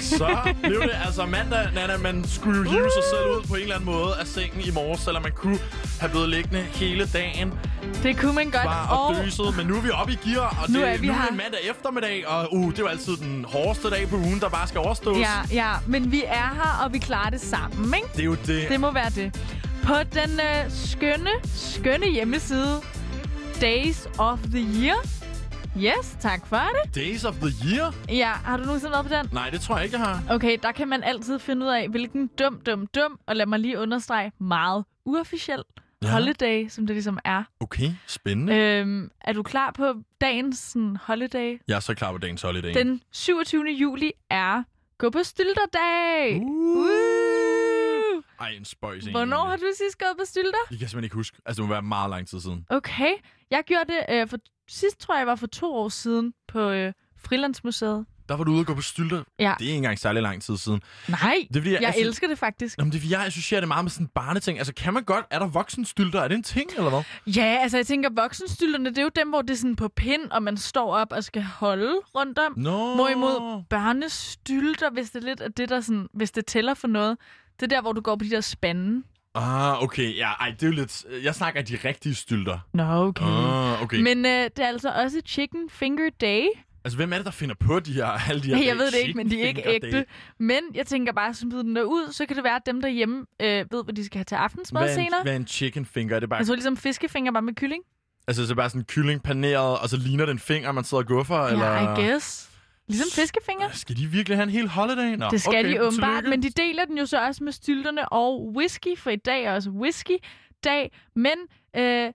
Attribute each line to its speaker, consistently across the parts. Speaker 1: Så blev det altså mandag, Nana. Man skulle jo hive sig selv ud på en eller anden måde af sengen i morges, selvom man kunne have blevet liggende hele dagen.
Speaker 2: Det kunne man godt.
Speaker 1: Bare og døset, men nu er vi oppe i gear, og det,
Speaker 2: Nu er vi
Speaker 1: nu er
Speaker 2: her.
Speaker 1: det mandag eftermiddag, og uh, det er jo altid den hårdeste dag på ugen, der bare skal overstås.
Speaker 2: Ja, ja. Men vi er her, og vi klarer det sammen, ikke?
Speaker 1: Det er jo det.
Speaker 2: Det må være det. På den øh, skønne, skønne hjemmeside, Days of the Year. Yes, tak for det.
Speaker 1: Days of the year?
Speaker 2: Ja, har du nogensinde været på den?
Speaker 1: Nej, det tror jeg ikke, jeg har.
Speaker 2: Okay, der kan man altid finde ud af, hvilken dum, dum, dum, og lad mig lige understrege, meget uofficiel
Speaker 1: Ja.
Speaker 2: ja. holiday, som det ligesom er.
Speaker 1: Okay, spændende. Øh.
Speaker 2: Øhm, er du klar på dagens sådan, holiday?
Speaker 1: Jeg er så klar på dagens holiday.
Speaker 2: Den 27. juli er gå på stylterdag.
Speaker 1: Uh. Ej, en spøjs en,
Speaker 2: Hvornår
Speaker 1: egentlig.
Speaker 2: har du sidst gået på stylter?
Speaker 1: Det kan jeg simpelthen ikke huske. Altså, det må være meget lang tid siden.
Speaker 2: Okay, jeg gjorde det øh, for sidst, tror jeg, var for to år siden på øh, Frilandsmuseet.
Speaker 1: Der var du ude og gå på stylter.
Speaker 2: Ja.
Speaker 1: Det er ikke engang særlig lang tid siden.
Speaker 2: Nej,
Speaker 1: Det er, fordi,
Speaker 2: jeg, jeg
Speaker 1: synes-
Speaker 2: elsker det altså- faktisk.
Speaker 1: Nå, men det er, fordi jeg associerer det meget med sådan barneting. Altså, kan man godt? Er der voksenstylter? Er det en ting, eller hvad?
Speaker 2: Ja, altså jeg tænker, voksenstylterne, det er jo dem, hvor det er sådan på pind, og man står op og skal holde rundt om.
Speaker 1: Nå.
Speaker 2: Hvorimod børnestylter, hvis det lidt er det, der sådan, hvis det tæller for noget, det er der, hvor du går på de der spande.
Speaker 1: Ah, okay. Ja, ej, det er jo lidt... Jeg snakker af de rigtige stylter.
Speaker 2: Nå, okay.
Speaker 1: Ah, okay. Men...
Speaker 2: Men øh, det er altså også Chicken Finger Day.
Speaker 1: Altså, hvem er det, der finder på de her, alle de her
Speaker 2: Jeg, jeg
Speaker 1: dage?
Speaker 2: ved det ikke, men de er ikke
Speaker 1: Chicken finger
Speaker 2: ægte.
Speaker 1: day.
Speaker 2: Men jeg tænker bare, smid den der ud, så kan det være, at dem derhjemme øh, ved, hvad de skal have til aftensmad
Speaker 1: Hvad er, en,
Speaker 2: senere.
Speaker 1: hvad er en chicken finger? Er det bare,
Speaker 2: Altså
Speaker 1: altså,
Speaker 2: ligesom fiskefinger bare med kylling?
Speaker 1: altså så er det bare sådan en kylling paneret, og så ligner den finger, man sidder og guffer? eller...
Speaker 2: Ja, I guess. Ligesom fiskefinger?
Speaker 1: Skal de virkelig have en hel holiday? Nå,
Speaker 2: Det skal
Speaker 1: okay,
Speaker 2: okay, de åbenbart,
Speaker 1: tillykke.
Speaker 2: men de deler den jo så også med stylterne og whisky, for i dag er også whisky-dag. Men øh,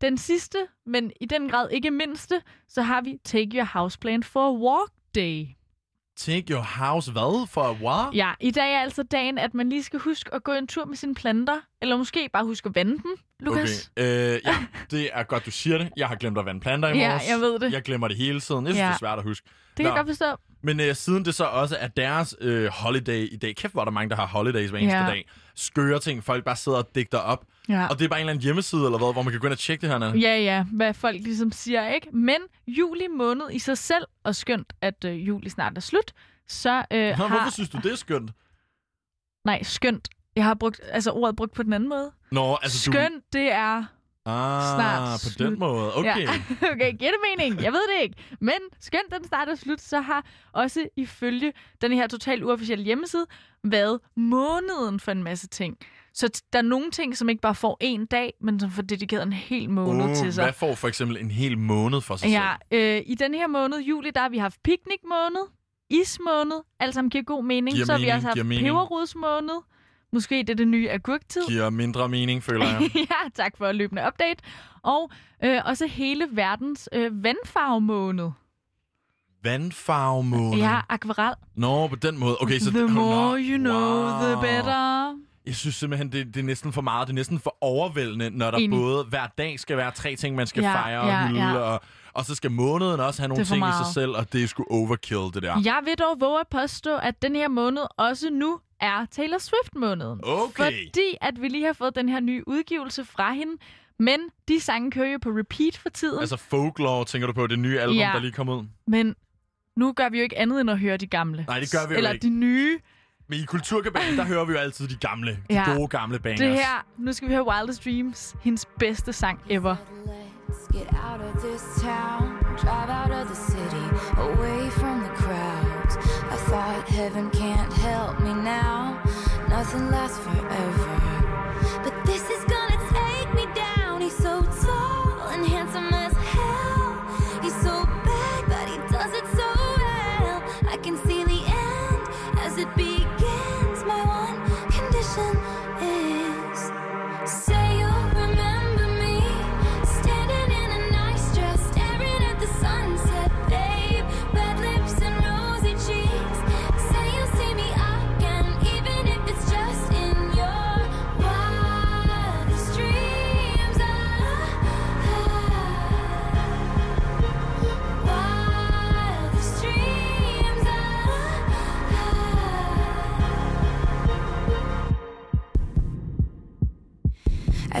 Speaker 2: den sidste, men i den grad ikke mindste, så har vi Take Your Houseplant for a Walk Day.
Speaker 1: Take your house hvad? For what?
Speaker 2: Ja, i dag er altså dagen, at man lige skal huske at gå en tur med sine planter, eller måske bare huske at vande dem, Lukas.
Speaker 1: Okay. Øh, ja, det er godt, du siger det. Jeg har glemt at vande planter i
Speaker 2: Ja,
Speaker 1: morges.
Speaker 2: jeg ved det.
Speaker 1: Jeg glemmer det hele tiden. Jeg synes, ja.
Speaker 2: Ja.
Speaker 1: det er svært at huske.
Speaker 2: Det kan
Speaker 1: Nå.
Speaker 2: jeg godt forstå.
Speaker 1: Men øh, siden det så også er deres øh, holiday i dag. Kæft, hvor er der mange, der har holidays hver eneste
Speaker 2: Ja.
Speaker 1: dag. Skøre ting, folk bare sidder og digter op.
Speaker 2: Ja.
Speaker 1: Og det er bare en eller anden hjemmeside, eller hvad, hvor man kan gå ind og tjekke det her. Nana.
Speaker 2: Ja, ja, hvad folk ligesom siger, ikke? Men juli måned i sig selv, og skønt, at øh, juli snart er slut, så øh,
Speaker 1: Nå, Hvorfor
Speaker 2: har...
Speaker 1: synes du, det er skønt?
Speaker 2: Nej, skønt. Jeg har brugt, altså ordet brugt på den anden måde.
Speaker 1: Nå,
Speaker 2: Altså,
Speaker 1: altså
Speaker 2: skønt, du... det er...
Speaker 1: du... Ah,
Speaker 2: Snart
Speaker 1: på
Speaker 2: slut.
Speaker 1: den måde. Okay.
Speaker 2: Ja. Okay, giver det mening? Jeg ved det ikke. Men skønt, den starter og slut, så har også ifølge den her totalt uofficielle hjemmeside været måneden for en masse ting. Så t- der er nogle ting, som ikke bare får en dag, men som får dedikeret en hel måned
Speaker 1: Uh,
Speaker 2: til sig.
Speaker 1: hvad får for eksempel en hel måned for sig
Speaker 2: Ja, øh, i den her måned, juli, der har vi haft picnicmåned, ismåned, alt sammen giver god mening.
Speaker 1: Giver
Speaker 2: så har vi
Speaker 1: mening,
Speaker 2: også
Speaker 1: giver
Speaker 2: haft
Speaker 1: mening.
Speaker 2: peberrodsmåned. Måske det er det nye agurktid.
Speaker 1: selv? Giver mindre mening, føler jeg.
Speaker 2: ja, tak for løbende update. Og øh, også hele verdens øh, vandfarvemåned.
Speaker 1: Vandfarvemåne.
Speaker 2: Ja, akvarel.
Speaker 1: Nå, på den måde. Okay, så
Speaker 2: the
Speaker 1: oh, nå.
Speaker 2: more you know, the
Speaker 1: Wow.
Speaker 2: better.
Speaker 1: Jeg synes simpelthen, det, det er næsten for meget. Det er næsten for overvældende, når der
Speaker 2: Enig.
Speaker 1: både hver dag skal være tre ting, man skal
Speaker 2: Ja,
Speaker 1: fejre og
Speaker 2: ja,
Speaker 1: hylde.
Speaker 2: ja.
Speaker 1: Og, og så skal måneden også have nogle
Speaker 2: Det er for
Speaker 1: ting i sig
Speaker 2: meget.
Speaker 1: selv, og det er sgu overkill, det der.
Speaker 2: Jeg vil dog våge at påstå, at den her måned også nu er Taylor Swift-måneden.
Speaker 1: Okay.
Speaker 2: Fordi at vi lige har fået den her nye udgivelse fra hende. Men de sange kører jo på repeat for tiden.
Speaker 1: Altså folklore, tænker du på, det nye album,
Speaker 2: Ja.
Speaker 1: der lige kom ud?
Speaker 2: Men nu gør vi jo ikke andet end at høre de gamle.
Speaker 1: Nej, det gør vi jo
Speaker 2: Eller
Speaker 1: ikke.
Speaker 2: de nye.
Speaker 1: Men i Kulturkabalen, der hører vi jo altid de gamle, de
Speaker 2: Ja.
Speaker 1: gode gamle bangers.
Speaker 2: Det her, nu skal vi høre Wildest Dreams, hendes bedste sang ever.
Speaker 3: Let's get out of this town, drive out of the city, away from the crowds. I thought heaven can't help me now, nothing lasts forever. But this is gonna take me down. He's so tall and handsome as hell. He's so bad, but he does it so well. I can see the end as it begins. My one condition is. Say you'll remember me standing in a nice dress, staring at the sunset, babe. Red lips and rosy cheeks. Say you'll see me again, even if it's just in your wildest dreams. Ah, wildest dreams. Ah. I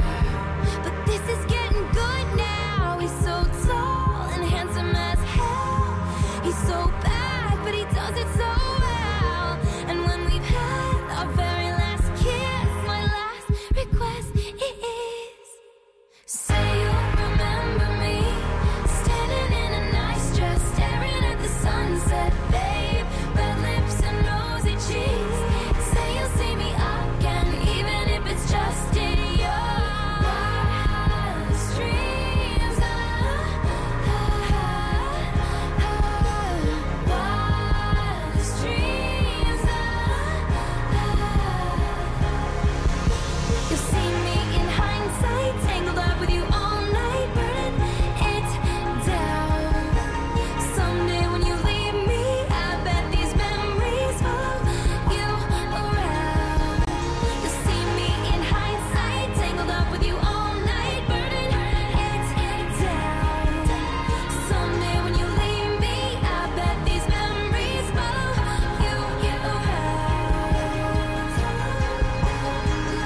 Speaker 3: But this is getting good now. He's so tall and handsome as hell. He's so bad, but he does it so well. And when we've had our very last kiss, my last request is. Say you'll remember me standing in a nice dress, staring at the sunset, babe. Red lips and rosy cheeks. Say you'll see me again, even if it's just in your wildest dreams. Ah, ah, Wildest Ah, dreams. You'll see me in hindsight, tangled up with you all night, burning it down. Someday when you leave me, I bet these memories follow you around. You'll see me in hindsight, tangled up with you all night, burning it down. Someday when you leave me, I bet these memories follow you around.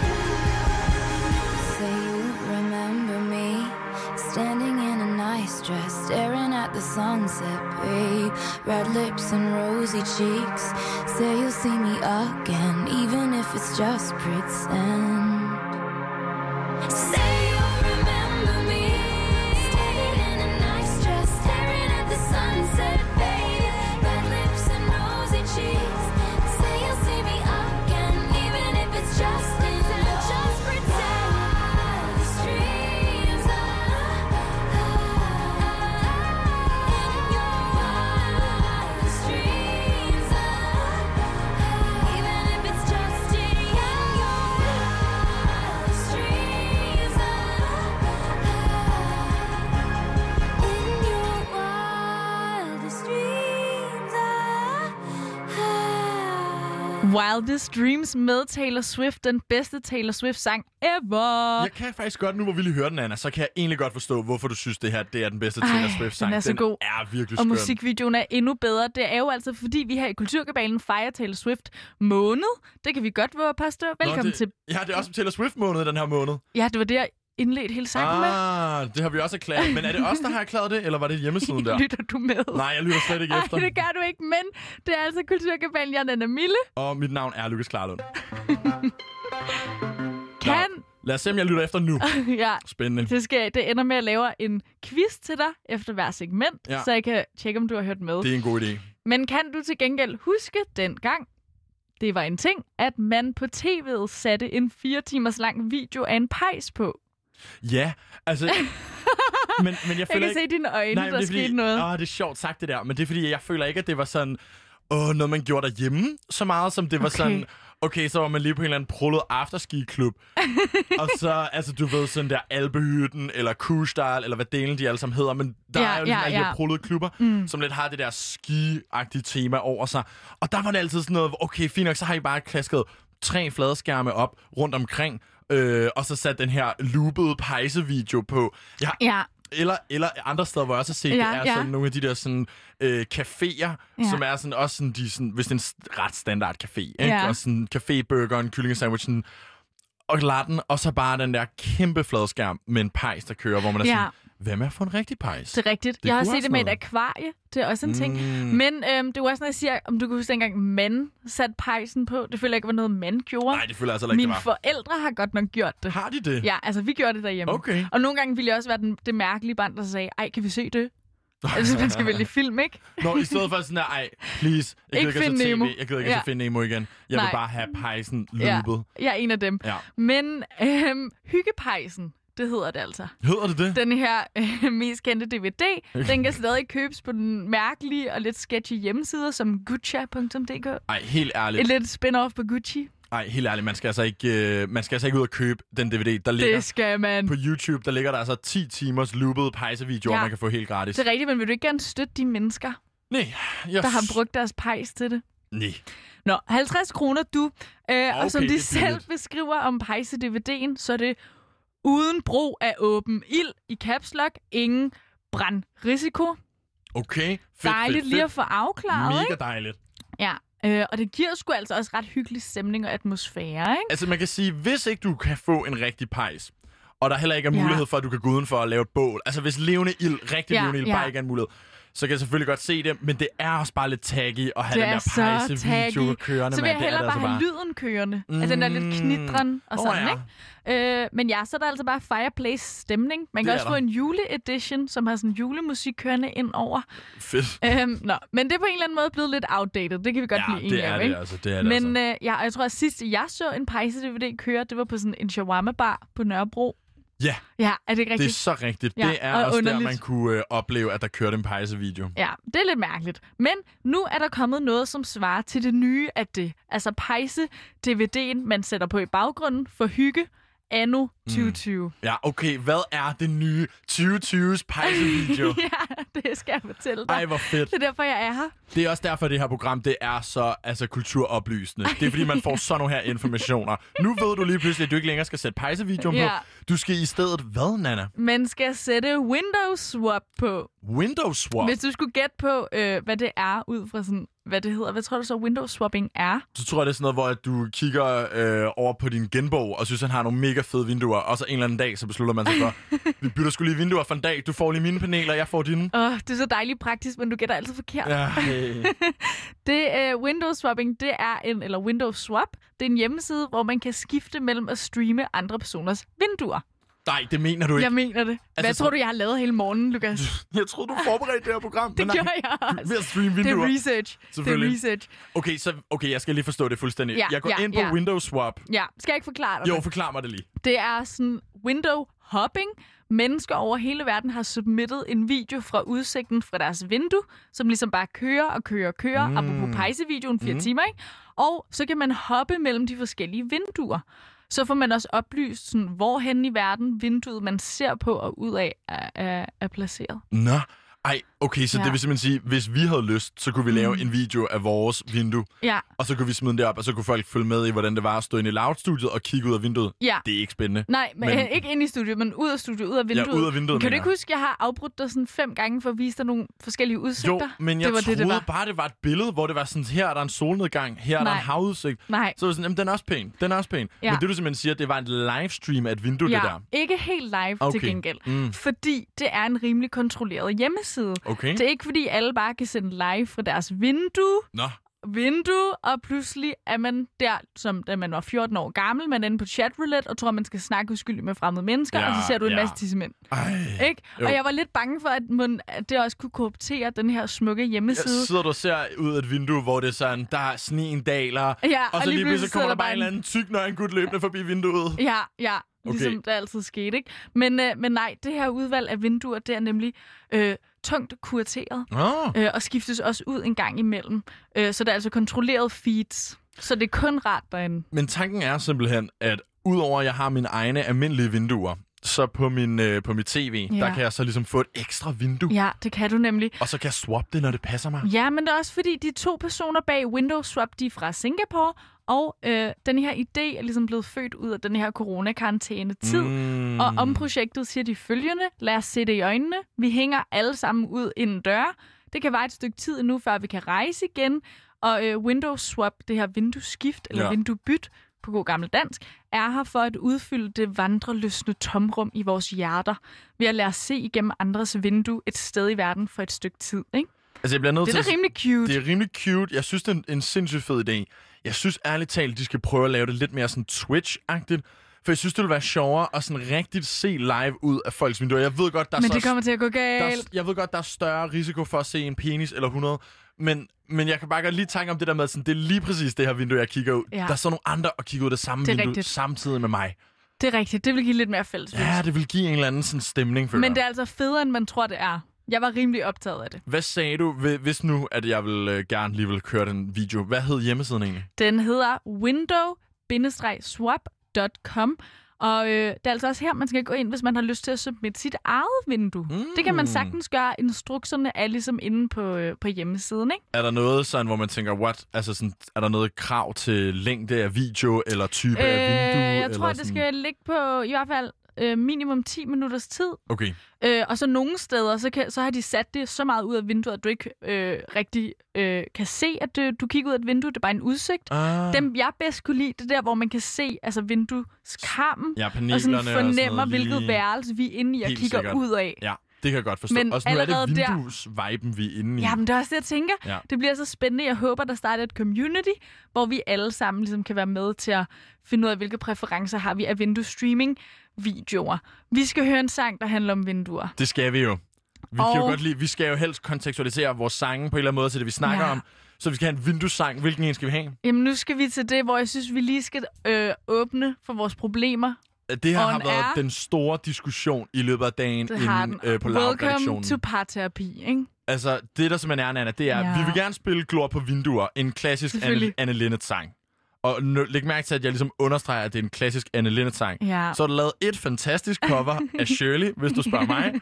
Speaker 3: Say you remember me standing in a nice dress, staring at the sunset, babe. Red lips and rosy cheeks. Say you'll see me again, even if it's just pretend. Say you'll remember me standing in a nice dress, staring at the sunset, babe. Red lips and rosy cheeks. Say you'll see me again, even if it's just pretend. Just pretend. Wildest dreams in your wildest dreams even if it's just in your wildest dreams in your wildest dreams.
Speaker 2: Wildest Dreams med Taylor Swift, den bedste Taylor Swift-sang ever.
Speaker 1: Jeg kan faktisk godt, nu hvor vi lige hører den, Anna, så kan jeg egentlig godt forstå, hvorfor du synes, det her det er den bedste Taylor
Speaker 2: Ej,
Speaker 1: Swift-sang.
Speaker 2: den er så
Speaker 1: den
Speaker 2: god.
Speaker 1: er virkelig
Speaker 2: Og
Speaker 1: skøn.
Speaker 2: musikvideoen er endnu bedre. Det er jo altså, fordi vi her i Kulturkabalen fejrer Taylor Swift måned. Det kan vi godt våge at påstå. Velkommen
Speaker 1: Nå, det,
Speaker 2: til...
Speaker 1: Ja, det er også Taylor Swift-måned den her måned.
Speaker 2: Ja, det var det, jeg indledte hele sangen med.
Speaker 1: Ah, det har vi også erklæret. Men er det os, der har erklæret det, eller var det hjemmesiden der?
Speaker 2: Lytter du med?
Speaker 1: Nej, jeg lytter slet ikke
Speaker 2: Ej,
Speaker 1: efter.
Speaker 2: det gør du ikke, men det er altså Kulturkabalen. Jeg er Nana Mille.
Speaker 1: Og mit navn er Lukas Klarlund.
Speaker 2: Kan...
Speaker 1: Lad os se, om jeg lytter efter nu.
Speaker 2: ja,
Speaker 1: Spændende.
Speaker 2: det, skal, det ender med, at jeg laver en quiz til dig efter hver segment,
Speaker 1: Ja.
Speaker 2: så jeg kan tjekke, om du har hørt med.
Speaker 1: Det er en god idé.
Speaker 2: Men kan du til gengæld huske dengang, det var en ting, at man på tv'et satte en fire timers lang video af en pejs på?
Speaker 1: Ja, altså... Men, men jeg
Speaker 2: Jeg
Speaker 1: føler
Speaker 2: kan se
Speaker 1: ikke...
Speaker 2: i dine øjne,
Speaker 1: men
Speaker 2: der
Speaker 1: det er
Speaker 2: skete
Speaker 1: fordi...
Speaker 2: noget.
Speaker 1: Åh, det er sjovt sagt det der, men det er fordi, jeg føler ikke, at det var sådan... Åh, noget man gjorde derhjemme så meget, som det var
Speaker 2: Okay.
Speaker 1: sådan... Okay, så var man lige på en eller anden prullet afterski-klub. og så, altså, du ved, sådan der Alpehytten, eller Kustal, eller hvad delen de alle sammen hedder. Men der
Speaker 2: Ja,
Speaker 1: er jo
Speaker 2: ja,
Speaker 1: ja, alle de
Speaker 2: ja.
Speaker 1: her prullede klubber, mm. som lidt har det der ski-agtige tema over sig. Og der var det altid sådan noget, hvor, okay, fint nok, så har I bare klasket tre fladskærme op rundt omkring, øh, og så sat den her loopede pejsevideo på. Jeg har
Speaker 2: Ja,
Speaker 1: eller, eller andre steder, hvor jeg også har set, ja,
Speaker 2: Ja,
Speaker 1: det er
Speaker 2: ja.
Speaker 1: ja. sådan nogle af de der sådan, øh, caféer,
Speaker 2: Ja.
Speaker 1: ja. som er sådan, også sådan, de, sådan, hvis det er en st- ret standard café, ikke?
Speaker 2: Ja.
Speaker 1: og sådan caféburgeren, kyllingesandwichen og latten, og så bare den der kæmpe fladskærm med en pejs, der kører, hvor man er
Speaker 2: Ja.
Speaker 1: sådan, hvad med at få en rigtig pejs?
Speaker 2: det er rigtigt.
Speaker 1: Det
Speaker 2: jeg har
Speaker 1: kunne
Speaker 2: set
Speaker 1: også
Speaker 2: det med et
Speaker 1: noget.
Speaker 2: akvarie. Det er også en ting.
Speaker 1: Mm.
Speaker 2: Men øhm, det var også, når jeg siger, om du kunne huske dengang, man satte pejsen på. Det føler jeg ikke var noget, man gjorde.
Speaker 1: Nej, det føler jeg altså heller ikke,
Speaker 2: Mine
Speaker 1: det var.
Speaker 2: forældre har godt nok gjort det.
Speaker 1: Har de det?
Speaker 2: Ja, altså vi gjorde det derhjemme.
Speaker 1: Okay.
Speaker 2: Og nogle gange ville jeg også være den, det mærkelige barn, der sagde, ej, kan vi se det? Altså, man skal vælge film, ikke?
Speaker 1: Nå, i stedet for sådan der, ej, please, jeg
Speaker 2: Ikke
Speaker 1: gider ikke,
Speaker 2: find
Speaker 1: at se
Speaker 2: Nemo."
Speaker 1: TV, jeg gider ikke ja.
Speaker 2: Ja.
Speaker 1: at se finde Nemo igen. Jeg
Speaker 2: Nej.
Speaker 1: vil bare have pejsen
Speaker 2: Ja.
Speaker 1: loopet.
Speaker 2: Jeg er en af dem.
Speaker 1: Ja. ja.
Speaker 2: Men øhm, hyggepejsen, det hedder det altså.
Speaker 1: Hedder det det?
Speaker 2: Den her øh, mest kendte DVD, den kan stadig købes på den mærkelige og lidt sketchy hjemmeside som gucci.dk.
Speaker 1: Ej, helt ærligt.
Speaker 2: Et lidt spin-off på Gucci.
Speaker 1: Nej, helt ærligt, man skal altså ikke, øh, man skal altså ikke ud og købe den DVD, der ligger
Speaker 2: Det skal man.
Speaker 1: på YouTube. Der ligger der altså 10 timers loopede pejsevideoer,
Speaker 2: Ja.
Speaker 1: ja. man kan få helt gratis.
Speaker 2: Det er rigtigt, men vil du ikke gerne støtte de mennesker,
Speaker 1: Nej, jeg...
Speaker 2: der har brugt deres pejs til det?
Speaker 1: Nej. Nå.
Speaker 2: Nå, 50 kroner du. Øh, okay, og som
Speaker 1: Okay,
Speaker 2: de
Speaker 1: det er
Speaker 2: selv
Speaker 1: billigt.
Speaker 2: beskriver om pejse-DVD'en, så er det uden brug af åben ild i caps lock, ingen brandrisiko.
Speaker 1: Okay, fedt,
Speaker 2: Dejligt
Speaker 1: fedt,
Speaker 2: lige
Speaker 1: fedt.
Speaker 2: at få afklaret,
Speaker 1: Mega
Speaker 2: ikke?
Speaker 1: dejligt.
Speaker 2: Ja. Øh, og det giver sgu altså også ret hyggelig stemning og atmosfære, ikke?
Speaker 1: Altså man kan sige, hvis ikke du kan få en rigtig pejs, og der heller ikke er
Speaker 2: Ja.
Speaker 1: mulighed for, at du kan gå udenfor og lave et bål. Altså hvis levende ild, rigtig
Speaker 2: Ja,
Speaker 1: levende ild,
Speaker 2: ja.
Speaker 1: bare ikke er en mulighed, så kan jeg selvfølgelig godt se det, men det er også bare lidt taggy at have
Speaker 2: Det
Speaker 1: den
Speaker 2: er
Speaker 1: der
Speaker 2: så
Speaker 1: pejse-video
Speaker 2: taggy.
Speaker 1: kørende.
Speaker 2: Så vil jeg
Speaker 1: mand. Det er
Speaker 2: hellere
Speaker 1: det
Speaker 2: bare
Speaker 1: altså
Speaker 2: have lyden kørende. Mm. Altså, den er lidt
Speaker 1: Mm.
Speaker 2: knitren og
Speaker 1: Åh,
Speaker 2: sådan,
Speaker 1: ja.
Speaker 2: ikke? Øh, men ja, så er der altså bare fireplace-stemning. Man kan
Speaker 1: Det
Speaker 2: også
Speaker 1: er
Speaker 2: få
Speaker 1: der.
Speaker 2: en juleedition, som har sådan julemusik kørende ind over.
Speaker 1: Fedt.
Speaker 2: Øhm, nå, men det er på en eller anden måde blevet lidt outdated. Det kan vi godt blive
Speaker 1: Ja,
Speaker 2: enige
Speaker 1: det er
Speaker 2: om,
Speaker 1: det
Speaker 2: ikke?
Speaker 1: altså. Det er det
Speaker 2: Men
Speaker 1: altså.
Speaker 2: øh, ja, og jeg tror, at sidst jeg så en pejse-DVD køre, det var på sådan en shawarma-bar på Nørrebro.
Speaker 1: altså. Ja,
Speaker 2: Ja, er det ikke
Speaker 1: det er
Speaker 2: rigtigt?
Speaker 1: så rigtigt.
Speaker 2: Ja,
Speaker 1: Det er
Speaker 2: og
Speaker 1: også der,
Speaker 2: underligt.
Speaker 1: man kunne øh, opleve, at der kørte en pejse-video.
Speaker 2: Ja, det er lidt mærkeligt. Men nu er der kommet noget, som svarer til det nye af det. Altså pejse-DVD'en, man sætter på i baggrunden for hygge
Speaker 1: Mm.
Speaker 2: anno 2020.
Speaker 1: Ja, okay. Hvad er det nye 2020's pejse-video?
Speaker 2: ja, det skal jeg fortælle dig.
Speaker 1: Ej, hvor fedt.
Speaker 2: Det er derfor, jeg er her.
Speaker 1: Det er også derfor, det her program det er så altså, kulturoplysende. Det er fordi, man får sådan nogle her informationer. Nu ved du lige pludselig, at du ikke længere skal sætte pejsevideoen
Speaker 2: Ja.
Speaker 1: på. Du skal i stedet hvad, Nana?
Speaker 2: Man skal sætte Windows Swap på.
Speaker 1: Windows swap.
Speaker 2: Hvis du skulle gætte på, øh, hvad det er ud fra sådan, hvad det hedder. Hvad tror du så, Windows Swapping er?
Speaker 1: Så tror jeg, det er sådan noget, hvor at du kigger øh, over på din genbog og synes, han har nogle mega fede vinduer. Og så en eller anden dag, så beslutter man sig for, vi bytter skulle lige vinduer for en dag. Du får lige mine paneler, jeg får dine.
Speaker 2: Åh, det er så dejligt praktisk, men du gætter altid forkert.
Speaker 1: Ja, hey.
Speaker 2: Det øh, Windows Swapping, det er en, eller Windows Swap, det er en hjemmeside, hvor man kan skifte mellem at streame andre personers vinduer.
Speaker 1: Nej, det mener du ikke.
Speaker 2: Jeg mener det. Hvad
Speaker 1: Altså, så-
Speaker 2: tror du, jeg har lavet hele morgenen, Lukas?
Speaker 1: Jeg troede, du forberedte det her program.
Speaker 2: Det
Speaker 1: men nej.
Speaker 2: gjorde jeg også.
Speaker 1: Ved at streame
Speaker 2: Det
Speaker 1: vinduer.
Speaker 2: er research. Det er
Speaker 1: Selvfølgelig.
Speaker 2: research.
Speaker 1: Okay, så, okay, jeg skal lige forstå det fuldstændig.
Speaker 2: Ja,
Speaker 1: jeg går
Speaker 2: ja,
Speaker 1: ind på
Speaker 2: ja.
Speaker 1: Windows Swap.
Speaker 2: Ja, skal jeg ikke forklare dig
Speaker 1: Jo,
Speaker 2: det?
Speaker 1: forklar mig det lige.
Speaker 2: Det er sådan window hopping. Mennesker over hele verden har submittet en video fra udsigten fra deres vindue, som ligesom bare kører og kører og kører, mm. apropos pejsevideoen, fire mm. timer, ikke? Og så kan man hoppe mellem de forskellige vinduer. Så får man også oplyst, sådan, hvorhen i verden vinduet, man ser på og ud af, er, er, er placeret.
Speaker 1: Nå, ej, okay, så
Speaker 2: Ja. Mm.
Speaker 1: ja. det vil simpelthen sige, hvis vi havde lyst, så kunne vi lave en video af vores vindue,
Speaker 2: Ja,
Speaker 1: og så kunne vi smide den derop, og så kunne folk følge med i, hvordan det var at stå inde i loudstudiet og kigge ud af vinduet.
Speaker 2: ja.
Speaker 1: Det er ikke spændende.
Speaker 2: Nej, men, men
Speaker 1: Men-
Speaker 2: ikke ind i studiet, men ud af studiet, ud af vinduet.
Speaker 1: ud af vinduet,
Speaker 2: Kan du
Speaker 1: mener
Speaker 2: ikke
Speaker 1: jeg.
Speaker 2: huske, at jeg har afbrudt dig sådan fem gange for at vise dig nogle forskellige udsigter?
Speaker 1: Jo, men jeg
Speaker 2: det var
Speaker 1: troede
Speaker 2: det, det var.
Speaker 1: bare, det var et billede, hvor det var sådan, her er der en solnedgang, her er der
Speaker 2: Nej.
Speaker 1: en havudsigt.
Speaker 2: Nej.
Speaker 1: Så var jeg sådan, jamen, den er også pæn, den er også pæn.
Speaker 2: Ja.
Speaker 1: Men det du simpelthen siger, det var en livestream af et vindue, det der.
Speaker 2: ikke helt live okay.
Speaker 1: Okay.
Speaker 2: til gengæld. Mm.
Speaker 1: Mm.
Speaker 2: Fordi det er en rimelig kontrolleret hjemmeside.
Speaker 1: Okay.
Speaker 2: Det er ikke, fordi alle bare kan sende live fra deres vindue,
Speaker 1: Nå,
Speaker 2: vindue, og pludselig er man der, som da man var 14 år gammel, man er inde på chatroulette og tror, man skal snakke uskyldigt med fremmede mennesker, ja,
Speaker 1: Ja,
Speaker 2: og så ser du en ja.
Speaker 1: ja.
Speaker 2: masse tissemænd.
Speaker 1: ej.
Speaker 2: Ikke?
Speaker 1: Jo.
Speaker 2: Og jeg var lidt bange for, at, man, at det også kunne korruptere den her smukke
Speaker 1: Jeg
Speaker 2: hjemmeside.
Speaker 1: sidder du og ser ud af et vindue, hvor det er sådan, der er sneen daler,
Speaker 2: Ja,
Speaker 1: og så lige pludselig
Speaker 2: sidder
Speaker 1: kommer der bare en
Speaker 2: en-
Speaker 1: eller anden tyk nøgen gut løbende forbi vinduet.
Speaker 2: Ja, ja. Ligesom
Speaker 1: Okay.
Speaker 2: det altid skete, ikke? Men, øh, men nej, det her udvalg af vinduer, det er nemlig øh, tungt kurateret.
Speaker 1: Åh.
Speaker 2: Øh, og skiftes også ud en gang imellem. Øh, så det er altså kontrolleret feeds. Så det er kun rart derinde.
Speaker 1: Men tanken er simpelthen, at udover at jeg har mine egne almindelige vinduer, så på, min, øh, på mit tv,
Speaker 2: Ja.
Speaker 1: ja. der kan jeg så ligesom få et ekstra vindue, ja.
Speaker 2: Ja, det kan du nemlig.
Speaker 1: og så kan jeg swappe det, når det passer mig.
Speaker 2: Ja, men det er også fordi, de to personer bag Windows Swap, de er fra Singapore, og øh, den her idé er ligesom blevet født ud af den her coronakarantæne-tid.
Speaker 1: Mm.
Speaker 2: Og om projektet siger de følgende. Lad os se det i øjnene. Vi hænger alle sammen ud inden døre. Det kan være et stykke tid endnu, før vi kan rejse igen. Og øh, Windows Swap, det her vindueskift, eller ja.
Speaker 1: Ja.
Speaker 2: vinduebyt på god gammel dansk, er her for at udfylde det vandreløsne tomrum i vores hjerter, ved at lade os se igennem andres vindue et sted i verden for et stykke tid. Ikke?
Speaker 1: altså, jeg bliver nødt
Speaker 2: Det er
Speaker 1: til
Speaker 2: da
Speaker 1: at-
Speaker 2: rimelig cute.
Speaker 1: det er rimelig cute. Jeg synes, det er en, en sindssygt fed idé. Jeg synes ærligt talt, de skal prøve at lave det lidt mere sådan Twitch-agtigt. For jeg synes, det ville være sjovere at sådan rigtigt se live ud af folks vinduer. Jeg ved godt, der er
Speaker 2: men
Speaker 1: så
Speaker 2: det kommer til at gå
Speaker 1: Der,
Speaker 2: galt.
Speaker 1: er- jeg ved godt, der er større risiko for at se en penis eller 100, men, men jeg kan bare godt lige tænke om det der med, sådan, det er lige præcis det her vindue, jeg kigger ud.
Speaker 2: Ja.
Speaker 1: Ja. Der er så nogle andre, og kigger ud af det samme
Speaker 2: Det er
Speaker 1: vindue
Speaker 2: rigtigt.
Speaker 1: samtidig med mig.
Speaker 2: Det er rigtigt. Det vil give lidt mere fælles
Speaker 1: Ja, det vil give en eller anden sådan stemning, føler
Speaker 2: Men det
Speaker 1: jeg.
Speaker 2: er altså federe, end man tror, det er. Jeg var rimelig optaget af det.
Speaker 1: Hvad sagde du, hvi- hvis nu, at jeg vil øh, gerne lige vil køre den video? Hvad hed hjemmesiden egentlig?
Speaker 2: Den hedder window-swap.com. Og øh, det er altså også her, man skal gå ind, hvis man har lyst til at submitte sit eget vindue. Mm. Det kan man sagtens gøre. Instrukserne er ligesom inde på, øh, på hjemmesiden, ikke?
Speaker 1: Er der noget sådan, hvor man tænker, what? Altså sådan, er der noget krav til længde af video, eller type af vindue?
Speaker 2: Øh, jeg tror,
Speaker 1: eller
Speaker 2: det
Speaker 1: sådan-
Speaker 2: skal ligge på i hvert fald øh, minimum 10 minutters tid.
Speaker 1: Okay.
Speaker 2: Øh, og så nogle steder, så, kan, så har de sat det så meget ud af vinduet, at du ikke øh, rigtig øh, kan se, at øh, du kigger ud af et vindue. Det er bare en udsigt.
Speaker 1: Ah.
Speaker 2: Dem, jeg bedst kunne lide, det er der, hvor man kan se altså vindueskarmen.
Speaker 1: ja,
Speaker 2: og sådan
Speaker 1: panelerne
Speaker 2: fornemmer,
Speaker 1: og sådan noget
Speaker 2: hvilket
Speaker 1: lige...
Speaker 2: værelse vi er inde i og
Speaker 1: Helt
Speaker 2: kigger
Speaker 1: sikkert.
Speaker 2: ud af.
Speaker 1: Ja, det kan jeg godt forstå.
Speaker 2: Men
Speaker 1: Men Også nu er det
Speaker 2: allerede der-
Speaker 1: vindues-viben, vi er inde i.
Speaker 2: Ja, men det er også det, jeg tænker.
Speaker 1: Ja.
Speaker 2: Det bliver så spændende. Jeg håber, der starter et community, hvor vi alle sammen ligesom kan være med til at finde ud af, hvilke præferencer har vi af vindue-streaming-videoer. Vi skal høre en sang, der handler om vinduer.
Speaker 1: Det skal vi jo. Vi, og... kan jo
Speaker 2: Og-
Speaker 1: godt lide, vi skal jo helst kontekstualisere vores sange på en eller anden måde til det, vi snakker ja.
Speaker 2: Ja.
Speaker 1: om. Så vi skal have en vinduessang. Hvilken en skal vi have?
Speaker 2: Jamen, nu skal vi til det, hvor jeg synes, vi lige skal øh, åbne for vores problemer.
Speaker 1: Det her
Speaker 2: On
Speaker 1: har været
Speaker 2: air.
Speaker 1: den store diskussion i løbet af dagen
Speaker 2: Det har
Speaker 1: inde,
Speaker 2: den.
Speaker 1: øh, på
Speaker 2: Welcome
Speaker 1: lavredaktionen.
Speaker 2: to parterapi, ikke?
Speaker 1: Altså, det der simpelthen er, Anna, det er, ja.
Speaker 2: Ja.
Speaker 1: vi vil gerne spille Glor på vinduer. En klassisk Anne,
Speaker 2: Selvfølgelig.
Speaker 1: Anne Linnet-sang. Og nø- læg mærke til, at jeg ligesom understreger, at det er en klassisk Anne Linnet-sang.
Speaker 2: Ja.
Speaker 1: Så har du lavet et fantastisk cover af Shirley, hvis du spørger mig.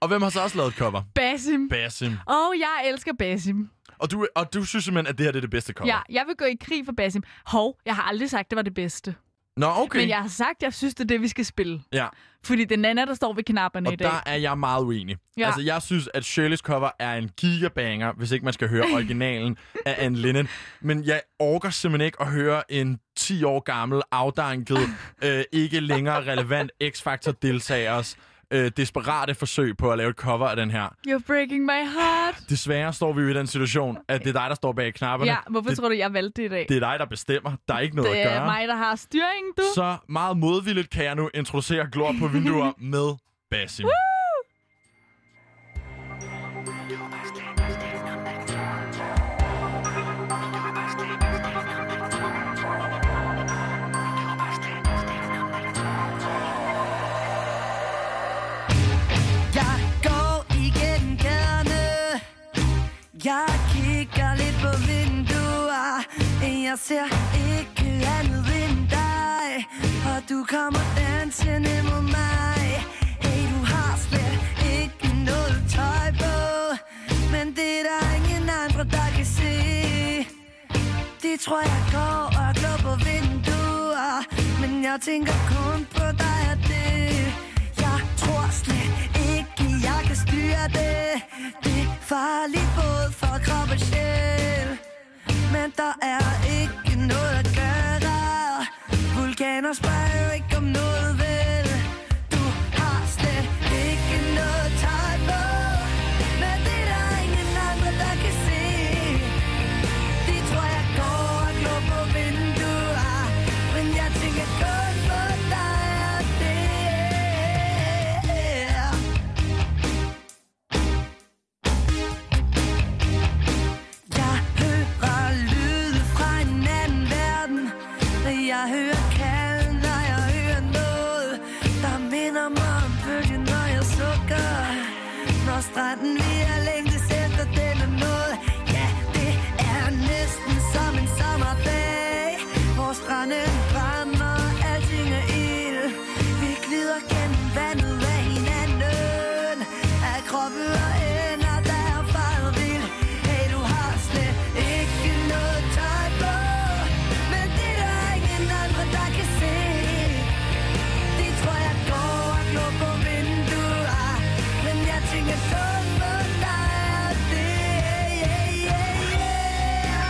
Speaker 1: Og hvem har så også lavet et cover?
Speaker 2: Basim.
Speaker 1: Basim.
Speaker 2: Og jeg elsker Basim.
Speaker 1: Og du, og du synes simpelthen, at det her det er det bedste cover?
Speaker 2: Ja, jeg vil gå i krig for Basim. Hov, jeg har aldrig sagt, det var det bedste.
Speaker 1: Nå, okay.
Speaker 2: Men jeg har sagt, jeg synes, det er det, vi skal spille.
Speaker 1: Ja.
Speaker 2: Fordi det er Nana, der står ved knapperne i
Speaker 1: Og
Speaker 2: dag.
Speaker 1: der er jeg meget uenig. Ja.
Speaker 2: Ja.
Speaker 1: Altså, jeg synes, at Shirley's cover er en gigabanger, hvis ikke man skal høre originalen af Anne Lennon. Men jeg orker simpelthen ikke at høre en 10 år gammel, afdanket, øh, ikke længere relevant X-Factor-deltagers øh, desperate forsøg på at lave et cover af den her.
Speaker 2: You're breaking my heart.
Speaker 1: Desværre står vi jo i den situation, at det er dig, der står bag knapperne.
Speaker 2: Ja, hvorfor
Speaker 1: det,
Speaker 2: tror du, jeg valgte det i dag?
Speaker 1: det er dig, der bestemmer. Der er ikke noget
Speaker 2: det
Speaker 1: at gøre.
Speaker 2: er mig, der har styringen, du.
Speaker 1: Så meget modvilligt kan jeg nu introducere Glor på vinduer med Basim.
Speaker 4: Jeg går igennem gaderne Jeg kigger lidt på vinduer Jeg ser ikke andet end dig Og du kommer dansende mod mig Hey, du har slet ikke noget tøj på Men det er der ingen andre, der kan se De tror jeg går og glår på vinduer Men jeg tænker kun på dig og det jeg tror slet ikke, jeg kan styre det Det er farligt både for krop og sjæl Men der er ikke noget at gøre Vulkaner spørger jo ikke om noget vel Du har slet ikke noget tegn på Men det er der ingen andre, der kan se de tror, jeg går og glor på vinduer. Men jeg tænker kun på dig og det. Jeg hører lyde fra en anden verden. Jeg hører kalden, og jeg hører noget, der minder mig om bølgen, når jeg sukker. Når stranden vi er længtes efter denne noget. Ja, det er næsten som en sommerdag. Hvor stranden brænder, og alting er ild. Vi glider gennem vandet af hinanden. Af kroppe og ender, der er faret vild. Hey, du har slet ikke noget tøj på. Men det er der ingen andre, der kan se. De tror, jeg går og glor på vinduer. Men jeg tænker kun på dig og det. Yeah, yeah, yeah.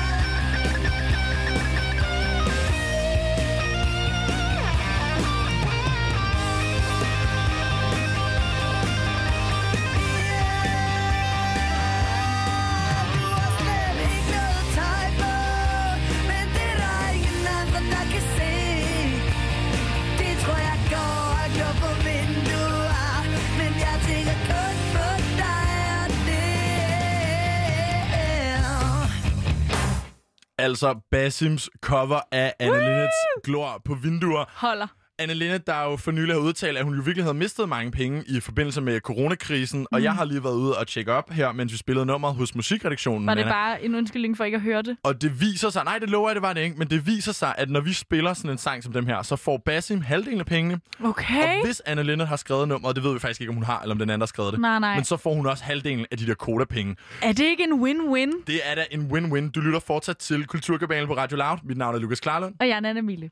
Speaker 1: Altså Basims cover af Anne Linnets Glor på vinduer.
Speaker 2: Holder.
Speaker 1: Anne Linnet, der jo for nylig har udtalt, at hun jo virkelig havde mistet mange penge i forbindelse med coronakrisen. Mm. Og jeg har lige været ude og tjekke op her, mens vi spillede nummeret hos musikredaktionen.
Speaker 2: Var det
Speaker 1: Anna.
Speaker 2: bare en undskyldning for ikke at høre det?
Speaker 1: Og det viser sig, nej det lover jeg, det var det ikke, men det viser sig, at når vi spiller sådan en sang som dem her, så får Basim halvdelen af pengene.
Speaker 2: Okay.
Speaker 1: Og hvis Anne Linnet har skrevet nummeret, det ved vi faktisk ikke, om hun har, eller om den anden har skrevet det.
Speaker 2: Nej, nej.
Speaker 1: Men så får hun også halvdelen af de der koda-penge.
Speaker 2: Er det ikke en win-win?
Speaker 1: Det er da en win-win. Du lytter fortsat til Kulturkabalen på Radio Loud. Mit navn er Lukas Klarlund.
Speaker 2: Og jeg er Nana Mille.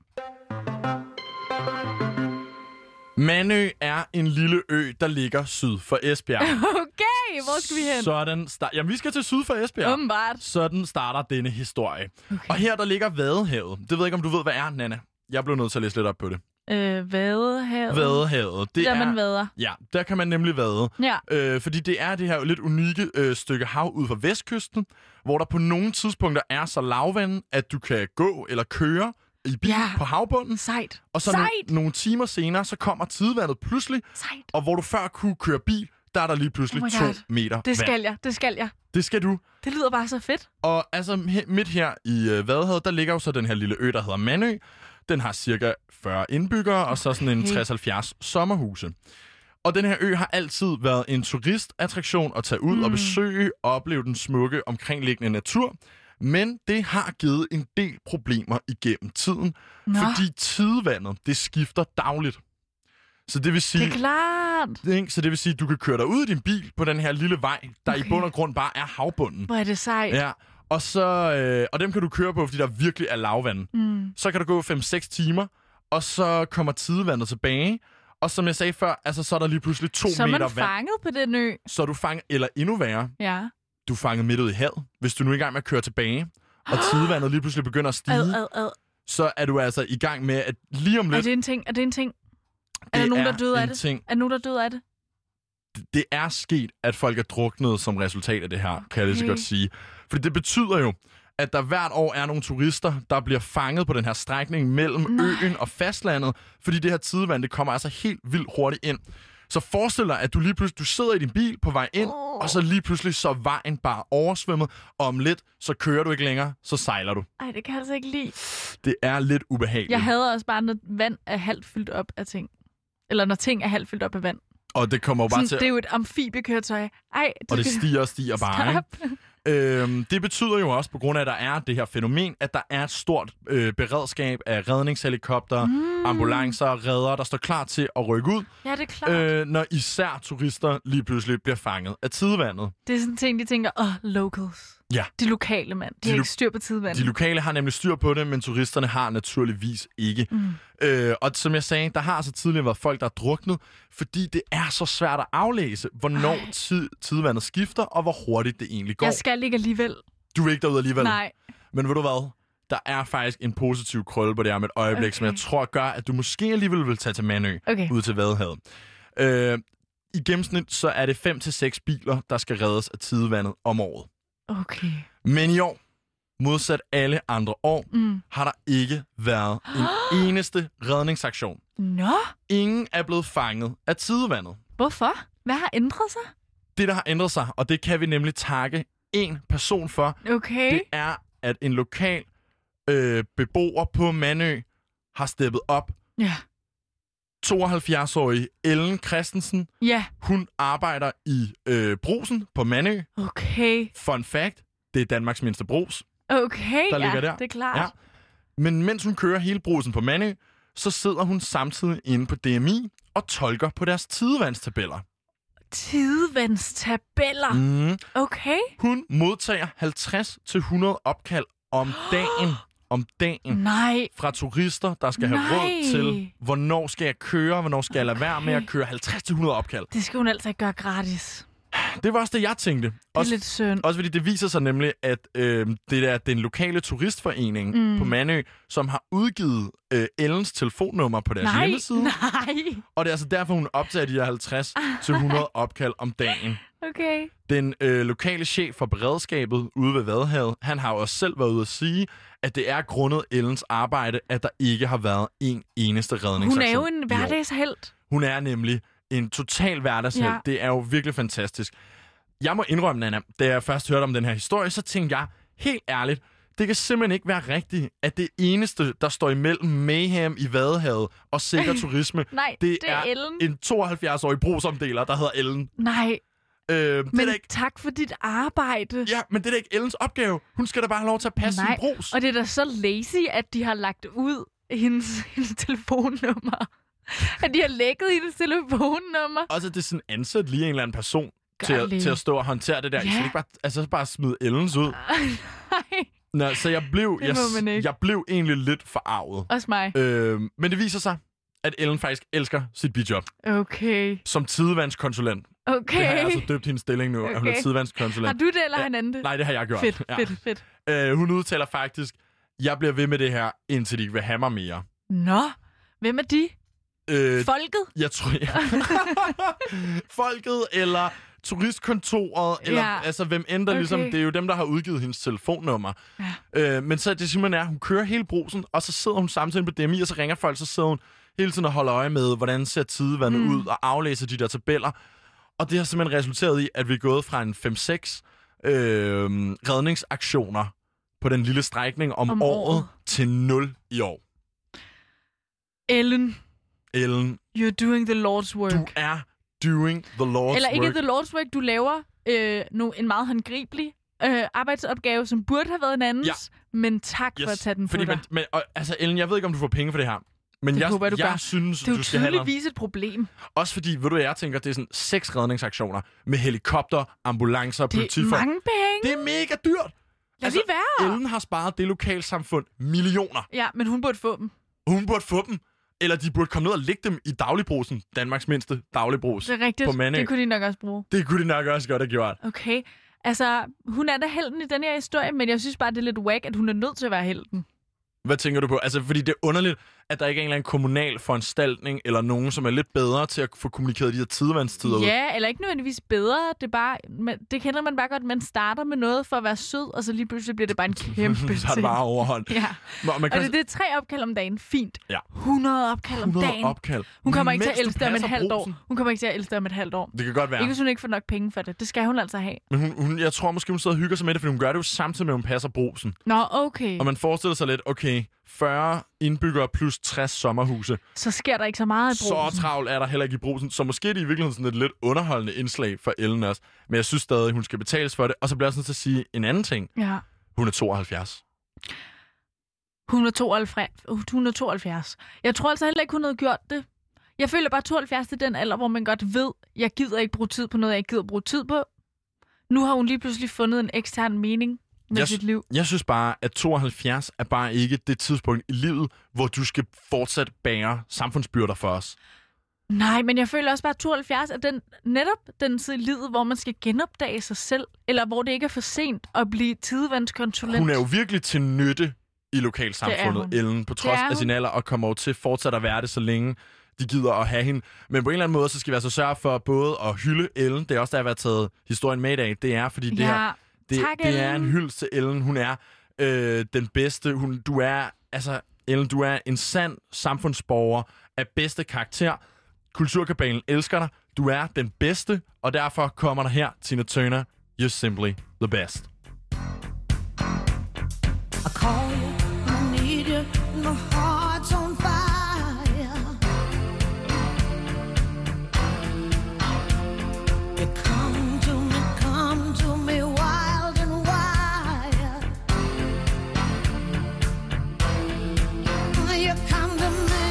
Speaker 1: Manø er en lille ø, der ligger syd for Esbjerg.
Speaker 2: Okay, hvor skal vi hen? Så...
Speaker 1: Sådan start... Jamen, vi skal til syd for Esbjerg.
Speaker 2: Åbenbart.
Speaker 1: Sådan starter denne historie. Okay. Og her der ligger Vadehavet. Det ved jeg ikke, om du ved, hvad er, Nana. Jeg blev nødt til at læse lidt op på det.
Speaker 2: Øh, vadehavet.
Speaker 1: Vadehavet. Det
Speaker 2: Der
Speaker 1: er...
Speaker 2: man vader.
Speaker 1: Ja, der kan man nemlig vade.
Speaker 2: Ja.
Speaker 1: Øh, fordi det er det her lidt unikke øh, stykke hav ud for vestkysten, hvor der på nogle tidspunkter er så lavvand, at du kan gå eller køre i bil
Speaker 2: Ja.
Speaker 1: på havbunden.
Speaker 2: Sejt.
Speaker 1: Øh, Og så nogle,
Speaker 2: Sejt.
Speaker 1: nogle timer senere, så kommer tidevandet pludselig,
Speaker 2: Sejt.
Speaker 1: og hvor du før kunne køre bil, der er der lige pludselig
Speaker 2: Oh my
Speaker 1: to
Speaker 2: God.
Speaker 1: meter
Speaker 2: Det
Speaker 1: vand.
Speaker 2: skal jeg. Det skal jeg.
Speaker 1: Det skal du.
Speaker 2: Det lyder bare så fedt.
Speaker 1: Og altså he- midt her i øh, Vadehavet, der ligger jo så den her lille ø, der hedder Manø. Den har cirka 40 indbyggere, og så sådan en 60-70 sommerhuse. Og den her ø har altid været en turistattraktion at tage ud mm. og besøge og opleve den smukke omkringliggende natur. Men det har givet en del problemer igennem tiden, Nå.
Speaker 2: Nå.
Speaker 1: fordi tidevandet, det skifter dagligt. Så det vil sige,
Speaker 2: Det er klart.
Speaker 1: ikke? Så det vil sige, at du kan køre dig ud i din bil på den her lille vej, der okay. i
Speaker 2: Okay.
Speaker 1: bund og grund bare er havbunden.
Speaker 2: Hvor er det sejt.
Speaker 1: Ja, og, så, øh, og dem kan du køre på, fordi der virkelig er lavvand.
Speaker 2: Mm.
Speaker 1: Så kan du gå 5-6 timer, og så kommer tidevandet tilbage. Og som jeg sagde før, altså, så er der lige pludselig 2
Speaker 2: Så er
Speaker 1: meter
Speaker 2: man
Speaker 1: vand.
Speaker 2: fanget på den ø.
Speaker 1: Så er du fanget, eller endnu værre,
Speaker 2: Ja.
Speaker 1: du er fanget midt ud i havet. Hvis du nu er i gang med at køre tilbage, og tidevandet lige pludselig begynder at stige,
Speaker 2: Ad, ad, ad.
Speaker 1: så er du altså i gang med, at lige om
Speaker 2: Er
Speaker 1: lidt,
Speaker 2: det en ting? Er det en ting? Er der nogen, der døde af
Speaker 1: en
Speaker 2: det?
Speaker 1: ting.
Speaker 2: Er der nogen, der døde af det?
Speaker 1: det er sket, at folk er druknet som resultat af det her, kan jeg lige så
Speaker 2: Okay.
Speaker 1: godt sige. Fordi det betyder jo, at der hvert år er nogle turister, der bliver fanget på den her strækning mellem Nej. øen og fastlandet, fordi det her tidevand, det kommer altså helt vildt hurtigt ind. Så forestil dig, at du lige pludselig du sidder i din bil på vej ind, oh. og så lige pludselig så er vejen bare oversvømmet, og om lidt, så kører du ikke længere, så sejler du.
Speaker 2: Ej, det kan jeg altså ikke lide.
Speaker 1: Det er lidt ubehageligt.
Speaker 2: Jeg hader også bare, når vand er halvt fyldt op af ting. Eller når ting er halvt fyldt op af vand.
Speaker 1: Og det kommer jo bare
Speaker 2: Sådan,
Speaker 1: til...
Speaker 2: Det er jo et amfibiekøretøj. Ej, du
Speaker 1: Og det
Speaker 2: kan-
Speaker 1: stiger og stiger bare, ikke?
Speaker 2: Stop.
Speaker 1: Øhm, det betyder jo også, på grund af, at der er det her fænomen, at der er et stort øh, beredskab af redningshelikopter, mm. ambulancer, redder, der står klar til at rykke ud,
Speaker 2: Ja, det er klart. Øh.
Speaker 1: øh, når især turister lige pludselig bliver fanget af tidevandet.
Speaker 2: Det er sådan en ting, de tænker, åh, oh, locals.
Speaker 1: Ja.
Speaker 2: De lokale, mand. De,
Speaker 1: De
Speaker 2: har
Speaker 1: lo-
Speaker 2: ikke styr på
Speaker 1: De
Speaker 2: tidvandet.
Speaker 1: lokale har nemlig styr på det, men turisterne har naturligvis ikke. Mm. Øh, og som jeg sagde, der har altså tidligere været folk, der er druknet, fordi det er så svært at aflæse, hvornår
Speaker 2: Ej.
Speaker 1: tid, tidevandet skifter, og hvor hurtigt det egentlig går.
Speaker 2: jeg skal ikke alligevel.
Speaker 1: Du er ikke derude alligevel.
Speaker 2: Nej.
Speaker 1: Men ved du hvad? Der er faktisk en positiv krølle på det her med et øjeblik, okay. som jeg
Speaker 2: Okay.
Speaker 1: tror gør, at du måske alligevel vil tage til Manø
Speaker 2: Okay.
Speaker 1: ud til Vadehavet. Øh, I gennemsnit så er det 5 til seks biler, der skal reddes af tidevandet om året.
Speaker 2: Okay.
Speaker 1: Men i år, modsat alle andre år, mm. har der ikke været en eneste redningsaktion.
Speaker 2: Nå,
Speaker 1: Ingen er blevet fanget af tidevandet.
Speaker 2: hvorfor? Hvad har ændret sig?
Speaker 1: Det, der har ændret sig, og det kan vi nemlig takke en person for,
Speaker 2: Okay.
Speaker 1: det er, at en lokal øh, beboer på Manø har steppet op.
Speaker 2: Ja.
Speaker 1: 72-årige Ellen Christensen,
Speaker 2: Ja,
Speaker 1: hun arbejder i øh, brusen på Manø.
Speaker 2: okay.
Speaker 1: Fun fact, det er Danmarks mindste brus.
Speaker 2: Okay, ja,
Speaker 1: Der ligger der.
Speaker 2: det er klart.
Speaker 1: Ja. Men mens hun kører hele brusen på Manø, så sidder hun samtidig inde på DMI og tolker på deres tidevandstabeller.
Speaker 2: Tidevandstabeller. Mm.
Speaker 1: Mm.
Speaker 2: Okay.
Speaker 1: Hun modtager 50-100 opkald om dagen. Om dagen.
Speaker 2: Nej.
Speaker 1: fra turister, der skal have
Speaker 2: Nej.
Speaker 1: råd til, hvornår skal jeg køre, hvornår skal jeg lade være med at køre 50-100 opkald.
Speaker 2: Det skal hun altså ikke gøre gratis.
Speaker 1: Det var også det, jeg tænkte.
Speaker 2: Det er
Speaker 1: Også,
Speaker 2: lidt synd.
Speaker 1: også fordi det viser sig nemlig, at øh, det der den lokale turistforening mm. på Manø, som har udgivet øh, Ellens telefonnummer på deres
Speaker 2: Nej,
Speaker 1: hjemmeside,
Speaker 2: nej.
Speaker 1: og det er altså derfor, hun optager de her 50-100 opkald om dagen.
Speaker 2: Okay.
Speaker 1: Den øh, lokale chef for beredskabet ude ved Vadehavet, han har jo også selv været ude at sige, at det er grundet Ellens arbejde, at der ikke har været en eneste redningsaktion.
Speaker 2: Hun er jo
Speaker 1: i år.
Speaker 2: en hverdagshelt.
Speaker 1: Hun er nemlig en total hverdagshelt. Ja.
Speaker 2: Ja.
Speaker 1: Det er jo virkelig fantastisk. Jeg må indrømme, Nana, da jeg først hørte om den her historie, så tænkte jeg, helt ærligt, det kan simpelthen ikke være rigtigt, at det eneste, der står imellem mayhem i Vadehavet og sikker turisme,
Speaker 2: Nej,
Speaker 1: det,
Speaker 2: det er Ellen.
Speaker 1: en 72-årig brugsomdeler, der hedder Ellen.
Speaker 2: Nej,
Speaker 1: Øh, det er
Speaker 2: men
Speaker 1: da ikke,
Speaker 2: tak for dit arbejde.
Speaker 1: ja, men det er da ikke Ellens opgave. Hun skal da bare have lov til at passe
Speaker 2: Nej,
Speaker 1: sin brus.
Speaker 2: og det er da så lazy, at de har lagt ud hendes, hendes telefonnummer. At de har lækket hendes telefonnummer.
Speaker 1: Også at det er sådan ansat lige en eller anden person
Speaker 2: Gør
Speaker 1: til at,
Speaker 2: lige.
Speaker 1: til at stå og håndtere det der. I
Speaker 2: Ja.
Speaker 1: skal ikke bare, altså så bare smide Ellens ud.
Speaker 2: Nej,
Speaker 1: Nå, så jeg blev,
Speaker 2: Det
Speaker 1: jeg,
Speaker 2: må man ikke.
Speaker 1: jeg blev egentlig lidt forarvet.
Speaker 2: også mig.
Speaker 1: Øh, men det viser sig, at Ellen faktisk elsker sit bidjob
Speaker 2: Okay.
Speaker 1: som tidevandskonsulent.
Speaker 2: Okay.
Speaker 1: Øh. Det har jeg altså døbt hendes stilling nu, okay. at hun er
Speaker 2: Okay.
Speaker 1: tidevandskonsulent.
Speaker 2: har du det, eller har han anden det?
Speaker 1: Nej, det har jeg gjort.
Speaker 2: Fedt, fedt, fedt.
Speaker 1: Ja. Øh, hun udtaler faktisk, jeg bliver ved med det her, indtil de ikke vil have mig mere.
Speaker 2: Nå, hvem er de?
Speaker 1: Øh,
Speaker 2: Folket?
Speaker 1: Jeg tror, ja. Folket eller turistkontoret, eller
Speaker 2: Ja.
Speaker 1: altså hvem end der
Speaker 2: Okay.
Speaker 1: ligesom, det er jo dem, der har udgivet hendes telefonnummer. Ja. Øh, men så er det simpelthen er, at hun kører hele brusen, og så sidder hun samtidig med dem i, og så ringer folk, så sidder hun hele tiden og holder øje med, hvordan ser tidevandet mm. ud, og aflæser de der tabeller. Og det har simpelthen resulteret i, at vi er gået fra en 5-6 øh, redningsaktioner på den lille strækning om,
Speaker 2: Om
Speaker 1: om
Speaker 2: året.
Speaker 1: året, året til 0 i år.
Speaker 2: Ellen,
Speaker 1: Ellen,
Speaker 2: you're doing the Lord's work.
Speaker 1: du er doing the Lord's
Speaker 2: Eller ikke
Speaker 1: work.
Speaker 2: The Lord's Work, du laver øh, no, en meget håndgribelig øh, arbejdsopgave, som burde have været en andens, ja. men tak yes, for at tage den på
Speaker 1: fordi
Speaker 2: dig.
Speaker 1: man, man, og, altså Ellen, jeg ved ikke, om du får penge for det her. Men
Speaker 2: Det
Speaker 1: jeg,
Speaker 2: håber jeg, du
Speaker 1: jeg
Speaker 2: gør.
Speaker 1: synes,
Speaker 2: det er jo
Speaker 1: du skal have noget.
Speaker 2: tydeligvis et problem.
Speaker 1: Også fordi, ved du hvad, jeg tænker, det er sådan seks redningsaktioner med helikopter, ambulancer og
Speaker 2: Det er
Speaker 1: politifolk.
Speaker 2: mange penge.
Speaker 1: Det er mega dyrt.
Speaker 2: Lad altså, lige være.
Speaker 1: Ellen har sparet det lokalsamfund millioner.
Speaker 2: Ja, men hun burde få dem.
Speaker 1: Hun burde få dem. Eller de burde komme ned og lægge dem i dagligbrusen. Danmarks mindste dagligbrus.
Speaker 2: Det er rigtigt.
Speaker 1: På Mandø.
Speaker 2: Det kunne de nok også bruge.
Speaker 1: Det kunne de nok også godt have gjort.
Speaker 2: Okay. Altså, hun er da helten i den her historie, men jeg synes bare, det er lidt whack, at hun er nødt til at være helten.
Speaker 1: Hvad tænker du på? Altså, fordi det er underligt, at der ikke er en eller anden kommunal foranstaltning, eller nogen, som er lidt bedre til at få kommunikeret de her tidevandstider ud.
Speaker 2: Ja, eller ikke nødvendigvis bedre. Det, er bare, man, det kender man bare godt. Man starter med noget for at være sød, og så lige pludselig bliver det bare en kæmpe
Speaker 1: så er det
Speaker 2: ting.
Speaker 1: bare overhånd.
Speaker 2: Ja.
Speaker 1: Nå, man
Speaker 2: Og
Speaker 1: kan
Speaker 2: det, det er tre opkald om dagen. Fint.
Speaker 1: Ja.
Speaker 2: 100 opkald om
Speaker 1: 100
Speaker 2: dagen.
Speaker 1: opkald.
Speaker 2: Hun kommer ikke til at
Speaker 1: Mens du
Speaker 2: elske dig om et
Speaker 1: passer
Speaker 2: halvt år.
Speaker 1: brugsen.
Speaker 2: Hun kommer ikke til at elske dig om et halvt år.
Speaker 1: Det kan godt
Speaker 2: Ja.
Speaker 1: være.
Speaker 2: Ikke, hvis hun ikke får nok penge for det. Det skal hun altså have.
Speaker 1: Men hun, hun, jeg tror måske, hun sidder og hygger sig med det, fordi hun gør det jo samtidig med, at hun passer brosen.
Speaker 2: Nå, okay.
Speaker 1: Og man forestiller sig lidt, okay, 40 indbyggere plus 60 sommerhuse.
Speaker 2: Så sker der ikke så meget i
Speaker 1: Så
Speaker 2: brugsen.
Speaker 1: travlt er der heller ikke i brosen. Så måske er det i virkeligheden sådan et lidt underholdende indslag for Ellen også. Men jeg synes stadig, hun skal betales for det. Og så bliver jeg sådan til at sige en anden ting.
Speaker 2: Ja.
Speaker 1: Hun er 72.
Speaker 2: 172. Uh, 172. Jeg tror altså heller ikke, hun havde gjort det. Jeg føler bare 72 er den alder, hvor man godt ved, jeg gider ikke bruge tid på noget, jeg ikke gider bruge tid på. Nu har hun lige pludselig fundet en ekstern mening med
Speaker 1: Jeg
Speaker 2: yes.
Speaker 1: sy-
Speaker 2: sit liv.
Speaker 1: Jeg synes bare, at 72 er bare ikke det tidspunkt i livet, hvor du skal fortsat bære samfundsbyrder for os.
Speaker 2: Nej, men jeg føler også bare, at 72 er den, netop den tid i livet, hvor man skal genopdage sig selv, eller hvor det ikke er for sent at blive tidevandskonsulent.
Speaker 1: Hun er jo virkelig til nytte i
Speaker 2: Det er
Speaker 1: lokalsamfundet,
Speaker 2: hun.
Speaker 1: Ellen, på trods
Speaker 2: er hun.
Speaker 1: af sin alder, og kommer jo til fortsat at være det, så længe de gider at have hende. Men på en eller anden måde, så skal vi altså sørge for både at hylde Ellen, det er også der, jeg har taget historien med i dag, det er, fordi det,
Speaker 2: ja.
Speaker 1: her, det,
Speaker 2: tak,
Speaker 1: det er en
Speaker 2: Ellen.
Speaker 1: hyldest til Ellen. Hun er øh, den bedste. Hun, du er, altså, Ellen, du er en sand samfundsborger af bedste karakter. Kulturkabalen elsker dig. Du er den bedste, og derfor kommer der her, Tina Turner, You're Simply the Best.
Speaker 4: I call you, I need you, my heart's on fire. You come to me, come to me, wild and wild. You come to me,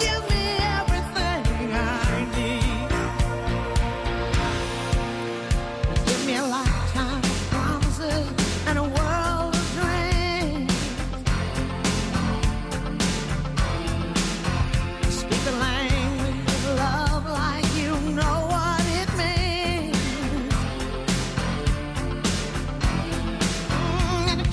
Speaker 4: give me everything I need. Give me a lifetime of promises and a world Mm,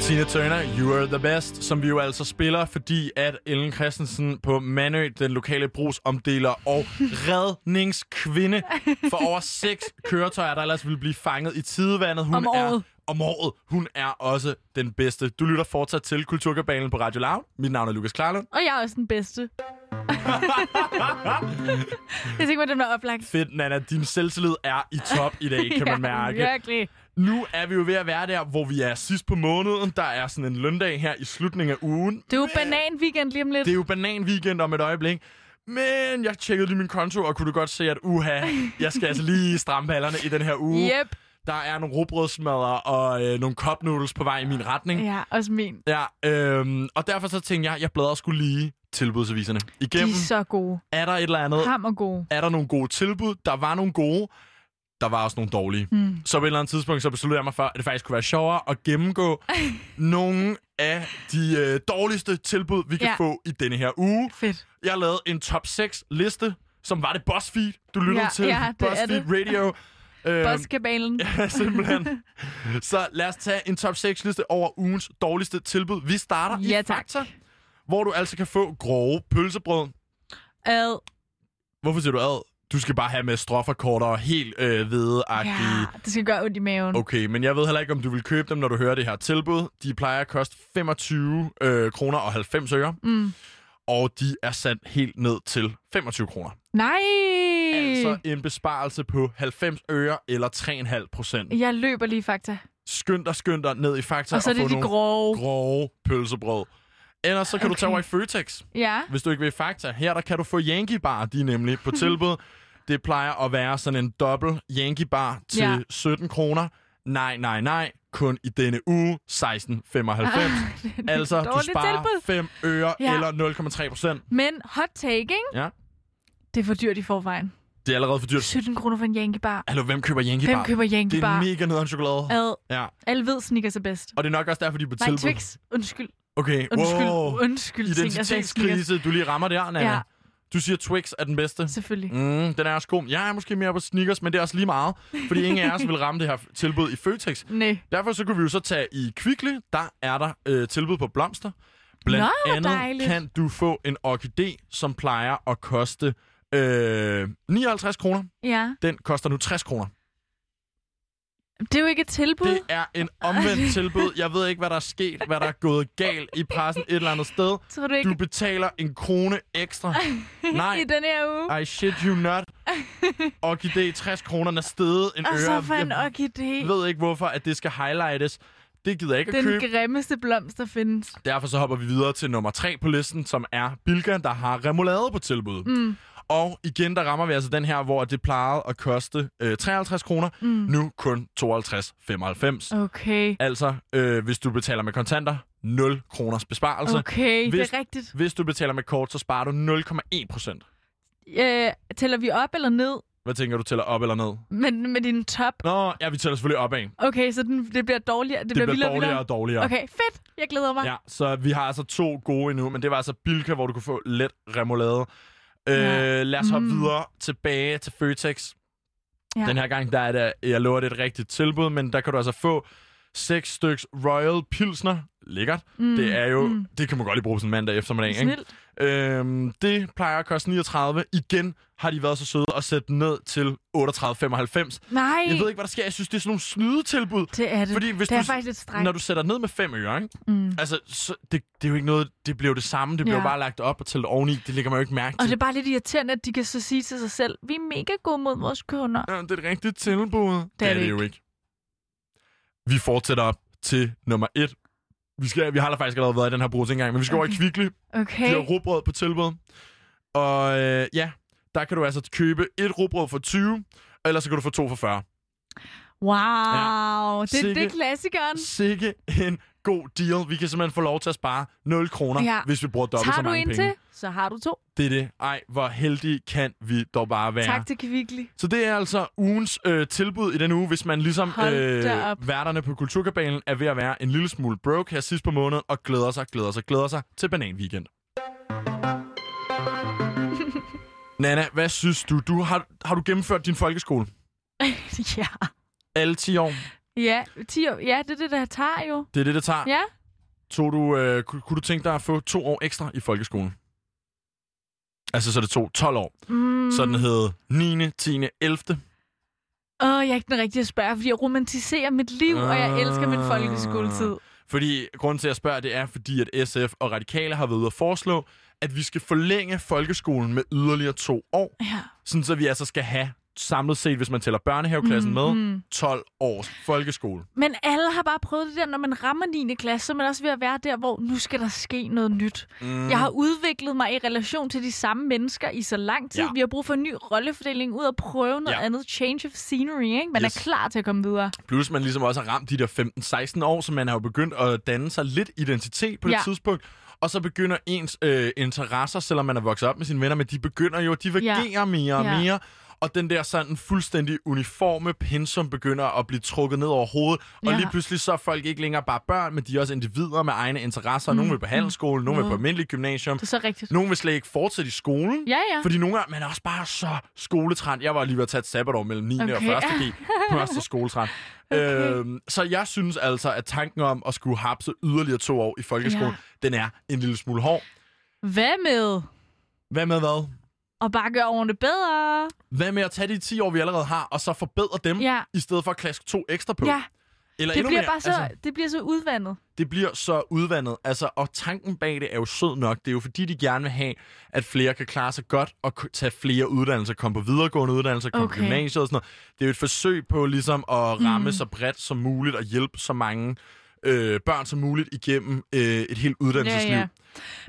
Speaker 1: Tina Turner, You Are The Best, som vi jo altså spiller, fordi at Ellen Christensen på Manø, den lokale brugsomdeler og redningskvinde for over seks køretøjer, der ellers ville blive fanget i tidevandet. Hun
Speaker 2: Om
Speaker 1: Er,
Speaker 2: året.
Speaker 1: om året. Hun er også den bedste. Du lytter fortsat til Kulturkabalen på Radio Loud. Mit navn er Lukas Klarlund.
Speaker 2: Og jeg er også den bedste. jeg tænker, at den er oplagt.
Speaker 1: Fedt, Nana. Din selvtillid er i top i dag, kan man mærke.
Speaker 2: Ja, virkelig.
Speaker 1: Nu er vi jo ved at være der, hvor vi er sidst på måneden. Der er sådan en løndag her i slutningen af ugen.
Speaker 2: Det er jo bananweekend lige om lidt.
Speaker 1: Det er jo bananweekend om et øjeblik. Men jeg tjekkede lige min konto, og kunne du godt se, at uha, jeg skal altså lige stramme ballerne i den her uge.
Speaker 2: Yep.
Speaker 1: Der er nogle råbrødsmadder og øh, nogle cup noodles på vej i min retning.
Speaker 2: Ja, også min.
Speaker 1: Ja, øhm, og derfor så tænkte jeg, jeg bladrer skulle lige tilbudsaviserne.
Speaker 2: De
Speaker 1: Igennem
Speaker 2: er så gode.
Speaker 1: er der et eller andet,
Speaker 2: Ham og gode.
Speaker 1: er der nogle gode tilbud? Der var nogle gode, der var også nogle dårlige.
Speaker 2: Hmm.
Speaker 1: Mm. Så på et eller andet tidspunkt, så besluttede jeg mig for, at det faktisk kunne være sjovere at gennemgå nogle af de øh, dårligste tilbud, vi kan
Speaker 2: Ja.
Speaker 1: få i denne her uge.
Speaker 2: Fedt.
Speaker 1: Jeg lavede en top 6 liste, som var det BuzzFeed, du lyttede
Speaker 2: Ja,
Speaker 1: til.
Speaker 2: ja, det er
Speaker 1: BuzzFeed
Speaker 2: det.
Speaker 1: Radio. Øhm,
Speaker 2: Boskabalen.
Speaker 1: ja, simpelthen. Så lad os tage en top 6 liste over ugens dårligste tilbud. Vi starter
Speaker 2: Ja,
Speaker 1: i
Speaker 2: tak.
Speaker 1: Fakta, hvor du altså kan få grove pølsebrød.
Speaker 2: Ad.
Speaker 1: Hvorfor siger du ad? Du skal bare have med stroferkorter og helt øh, hvedeagtige.
Speaker 2: Ja, det skal gøre ondt i maven.
Speaker 1: Okay, men jeg ved heller ikke, om du vil købe dem, når du hører det her tilbud. De plejer at koste 25 øh, kroner og 90 øre.
Speaker 2: Mm.
Speaker 1: Og de er sat helt ned til 25 kroner.
Speaker 2: Nej!
Speaker 1: Altså en besparelse på 90 øre eller 3,5 procent.
Speaker 2: Jeg løber lige, Fakta.
Speaker 1: Skynd dig, skynd dig ned i Fakta
Speaker 2: Og så er
Speaker 1: og få
Speaker 2: det de
Speaker 1: nogle
Speaker 2: grove.
Speaker 1: grove pølsebrød. Ellers så kan okay. du tage over i Føtex.
Speaker 2: Ja.
Speaker 1: Hvis du ikke vil Fakta, her der kan du få Yankee Bar, de er nemlig på tilbud. Det plejer at være sådan en dobbelt Yankee Bar til
Speaker 2: Ja.
Speaker 1: ja. 17 kroner. Nej, nej, nej. Kun i denne uge 16,95. altså, du
Speaker 2: Ah. dårligt
Speaker 1: sparer
Speaker 2: tilbud.
Speaker 1: 5 øre
Speaker 2: Ja.
Speaker 1: ja. eller 0,3 procent.
Speaker 2: Men hot take, ikke?
Speaker 1: Ja.
Speaker 2: Det er for dyrt i forvejen.
Speaker 1: Det er allerede for dyrt.
Speaker 2: 17 kroner for en Yankee-bar.
Speaker 1: Altså, hvem køber Yankee
Speaker 2: Hvem
Speaker 1: Bar?
Speaker 2: køber
Speaker 1: det er
Speaker 2: Yankee-bar?
Speaker 1: mega nederen chokolade.
Speaker 2: Ad.
Speaker 1: Ja.
Speaker 2: Alle ved, sneakers er bedst.
Speaker 1: Og det er nok også derfor, de er på
Speaker 2: Nej,
Speaker 1: tilbud.
Speaker 2: Twix. Undskyld.
Speaker 1: Okay,
Speaker 2: Undskyld.
Speaker 1: wow.
Speaker 2: Undskyld. ting, jeg sagde sneakers.
Speaker 1: Identitetskrise, du lige rammer der, Nana.
Speaker 2: Ja.
Speaker 1: Ja. Du siger, Twix er den bedste.
Speaker 2: Selvfølgelig.
Speaker 1: Mm, den er også god. Jeg er måske mere på sneakers, men det er også lige meget, fordi ingen af os vil ramme det her tilbud i Føtex.
Speaker 2: Nej.
Speaker 1: Derfor så kunne vi jo så tage i Kvickly. Der er der øh, tilbud på blomster. Blandt
Speaker 2: Nå, hvor
Speaker 1: andet
Speaker 2: dejligt.
Speaker 1: kan du få en orkidé, som plejer at koste øh, 59 kroner.
Speaker 2: Ja.
Speaker 1: Den koster nu 60 kroner.
Speaker 2: Det er jo ikke et tilbud.
Speaker 1: Det er en omvendt tilbud. Jeg ved ikke, hvad der er sket, hvad der er gået galt i pressen et eller andet sted.
Speaker 2: Tror du ikke?
Speaker 1: Du betaler en krone ekstra.
Speaker 2: I
Speaker 1: Nej,
Speaker 2: den her uge.
Speaker 1: I shit you not. Orkidé 60 kroner er steget en
Speaker 2: Og
Speaker 1: øre.
Speaker 2: så for en
Speaker 1: Jeg
Speaker 2: orkidé.
Speaker 1: ved ikke, hvorfor at det skal highlightes. Det gider jeg ikke
Speaker 2: Den
Speaker 1: at købe.
Speaker 2: grimmeste blomst, der findes.
Speaker 1: Derfor så hopper vi videre til nummer 3 på listen, som er Bilka, der har remoulade på tilbud. Mm. Og igen, der rammer vi altså den her, hvor det plejede at koste øh, 53 kroner, mm. nu kun 52,95.
Speaker 2: Okay.
Speaker 1: Altså, øh, hvis du betaler med kontanter, 0 kroners besparelse.
Speaker 2: Okay, det
Speaker 1: altså, hvis-
Speaker 2: er rigtigt.
Speaker 1: Hvis du betaler med kort, så sparer du 0,1 procent.
Speaker 2: Øh, tæller vi op eller ned
Speaker 1: Hvad tænker du, tæller op eller ned?
Speaker 2: Men med din top?
Speaker 1: Nå, ja, vi tæller selvfølgelig opad. Det,
Speaker 2: Okay, så den, det bliver dårligere. Det,
Speaker 1: det
Speaker 2: bliver
Speaker 1: bliver
Speaker 2: vildere og
Speaker 1: dårligere og dårligere.
Speaker 2: vildere. Okay, fedt. Jeg glæder mig.
Speaker 1: Ja, så vi har altså to gode endnu, men det var altså Bilka, hvor du kunne få let remoulade. Øh,
Speaker 2: Ja.
Speaker 1: Lad os hoppe
Speaker 2: Mm.
Speaker 1: mm. videre tilbage til Føtex.
Speaker 2: Ja.
Speaker 1: Ja. Den her gang, der er det, jeg lover, det er et rigtigt tilbud, men der kan du altså få seks styks Royal Pilsner. Lækkert. Mm. Det er jo,
Speaker 2: mm.
Speaker 1: mm. det kan man godt lige bruge sådan en mandag eftermiddag, ikke?
Speaker 2: Snilt.
Speaker 1: Øhm, det plejer at koste 39. Igen har de været så søde at sætte den ned til 38,95.
Speaker 2: Nej,
Speaker 1: Jeg ved ikke, hvad der sker. Jeg synes, det er sådan nogle snydetilbud.
Speaker 2: det er det.
Speaker 1: Fordi hvis
Speaker 2: det
Speaker 1: du,
Speaker 2: er faktisk lidt strengt.
Speaker 1: når du sætter den ned med 5 øre, ikke?
Speaker 2: Mm.
Speaker 1: Altså, så, det, det er jo ikke noget, det bliver jo det samme. Det bliver
Speaker 2: Ja.
Speaker 1: ja. bare lagt op og tællet oveni. Det ligger man jo ikke mærke
Speaker 2: Og
Speaker 1: til.
Speaker 2: det er bare lidt irriterende, at de kan så sige til sig selv, vi er mega gode mod vores kunder.
Speaker 1: Ja, det er et rigtigt tilbud. Det er det,
Speaker 2: det
Speaker 1: jo ikke. Vi fortsætter op til nummer et. Vi, skal, vi har da faktisk allerede været i den her brug engang, men vi skal okay. over i Kvickly.
Speaker 2: Okay.
Speaker 1: De har rugbrød på tilbud. Og øh, ja, der kan du altså købe et rugbrød for 20, og ellers så kan du få to for 40.
Speaker 2: Wow, det, det er
Speaker 1: Sikke-
Speaker 2: klassikeren.
Speaker 1: Sikke en god deal. Vi kan simpelthen få lov til at spare 0 kroner,
Speaker 2: Ja.
Speaker 1: ja. hvis vi bruger dobbelt
Speaker 2: Tager
Speaker 1: så
Speaker 2: du
Speaker 1: mange
Speaker 2: en
Speaker 1: penge.
Speaker 2: til, så har du to.
Speaker 1: Det er det. Ej, hvor heldige kan vi dog bare være.
Speaker 2: Tak til Kvickly.
Speaker 1: Så det er altså ugens øh, tilbud i denne uge, hvis man ligesom
Speaker 2: Hold da op.
Speaker 1: værterne på Kulturkabalen er ved at være en lille smule broke her sidst på måneden, og glæder sig, glæder sig, glæder sig til bananweekend. Nana, hvad synes du? du har, har du gennemført din folkeskole?
Speaker 2: ja.
Speaker 1: Alle 10 år?
Speaker 2: Ja, 10 år. ja, det er det, der tager jo.
Speaker 1: Det er det, det tager.
Speaker 2: Ja,
Speaker 1: Tog du, øh, kunne, kunne du tænke dig at få to år ekstra i folkeskolen? Altså, så det tog 12 år.
Speaker 2: Mm.
Speaker 1: Mm. Så den hed 9., 10., 11.
Speaker 2: Åh, jeg er ikke den rigtige at spørge, fordi jeg romantiserer mit liv, og jeg elsker min
Speaker 1: Ah.
Speaker 2: folkeskoletid.
Speaker 1: Fordi, grunden til, at jeg spørger, det er fordi, at SF og Radikale har været ude at foreslå, at vi skal forlænge folkeskolen med yderligere to år.
Speaker 2: Ja.
Speaker 1: Sådan så vi altså skal have samlet set, hvis man tæller børnehaveklassen mm, med,
Speaker 2: Mm.
Speaker 1: 12 års folkeskole.
Speaker 2: Men alle har bare prøvet det der, når man rammer 9. klasse, så er man også ved at være der, hvor nu skal der ske noget nyt.
Speaker 1: Mm.
Speaker 2: Mm. Jeg har udviklet mig i relation til de samme mennesker i så lang tid.
Speaker 1: Ja.
Speaker 2: Ja. Vi har brug for en ny rollefordeling ud og prøve noget
Speaker 1: Ja.
Speaker 2: ja. andet. Change of scenery, ikke? Man
Speaker 1: Yes.
Speaker 2: yes. er klar til at komme videre.
Speaker 1: Plus man ligesom også har ramt de der 15-16 år, så man har jo begyndt at danne sig lidt identitet på ja.
Speaker 2: Ja.
Speaker 1: et tidspunkt. Og så begynder ens øh, interesser, selvom man er vokset op med sine venner, men de begynder jo at divergere ja. mere og ja.
Speaker 2: Ja.
Speaker 1: mere. Og den der sådan fuldstændig uniforme pensum begynder at blive trukket ned over hovedet. Og
Speaker 2: Ja.
Speaker 1: lige pludselig så er folk ikke længere bare børn, men de er også individer med egne interesser. Mm. Nogle vil på handelsskolen, nogle vil på
Speaker 2: Nå.
Speaker 1: almindelig gymnasium.
Speaker 2: Det er så rigtigt.
Speaker 1: Nogle vil slet ikke fortsætte i skolen.
Speaker 2: Ja, ja.
Speaker 1: Fordi nogle gange, man er også bare så skoletræt. Jeg var lige ved at tage et sabbatår mellem 9. Okay. og
Speaker 2: Okay.
Speaker 1: 1. G. på Ørsted skoletræt. Okay.
Speaker 2: Okay.
Speaker 1: Øhm, så jeg synes altså, at tanken om at skulle hapse yderligere to år i folkeskolen, ja. den er en lille smule hård.
Speaker 2: Hvad med
Speaker 1: Hvad med hvad?
Speaker 2: at bare gøre årene bedre?
Speaker 1: Hvad med at tage de 10 år, vi allerede har, og så forbedre dem,
Speaker 2: Ja.
Speaker 1: i stedet for at klaske to ekstra på?
Speaker 2: Ja,
Speaker 1: Eller
Speaker 2: det
Speaker 1: endnu
Speaker 2: bliver
Speaker 1: mere,
Speaker 2: bare så,
Speaker 1: altså,
Speaker 2: det bliver så udvandet.
Speaker 1: det bliver så udvandet. Altså, og tanken bag det er jo sød nok. Det er jo fordi, de gerne vil have, at flere kan klare sig godt og k- tage flere uddannelser, komme på videregående uddannelser, komme okay. på
Speaker 2: Okay.
Speaker 1: gymnasiet og sådan noget. Det er jo et forsøg på ligesom at ramme mm. så bredt som muligt og hjælpe så mange øh, børn som muligt igennem øh, et helt uddannelsesliv. Ja, ja.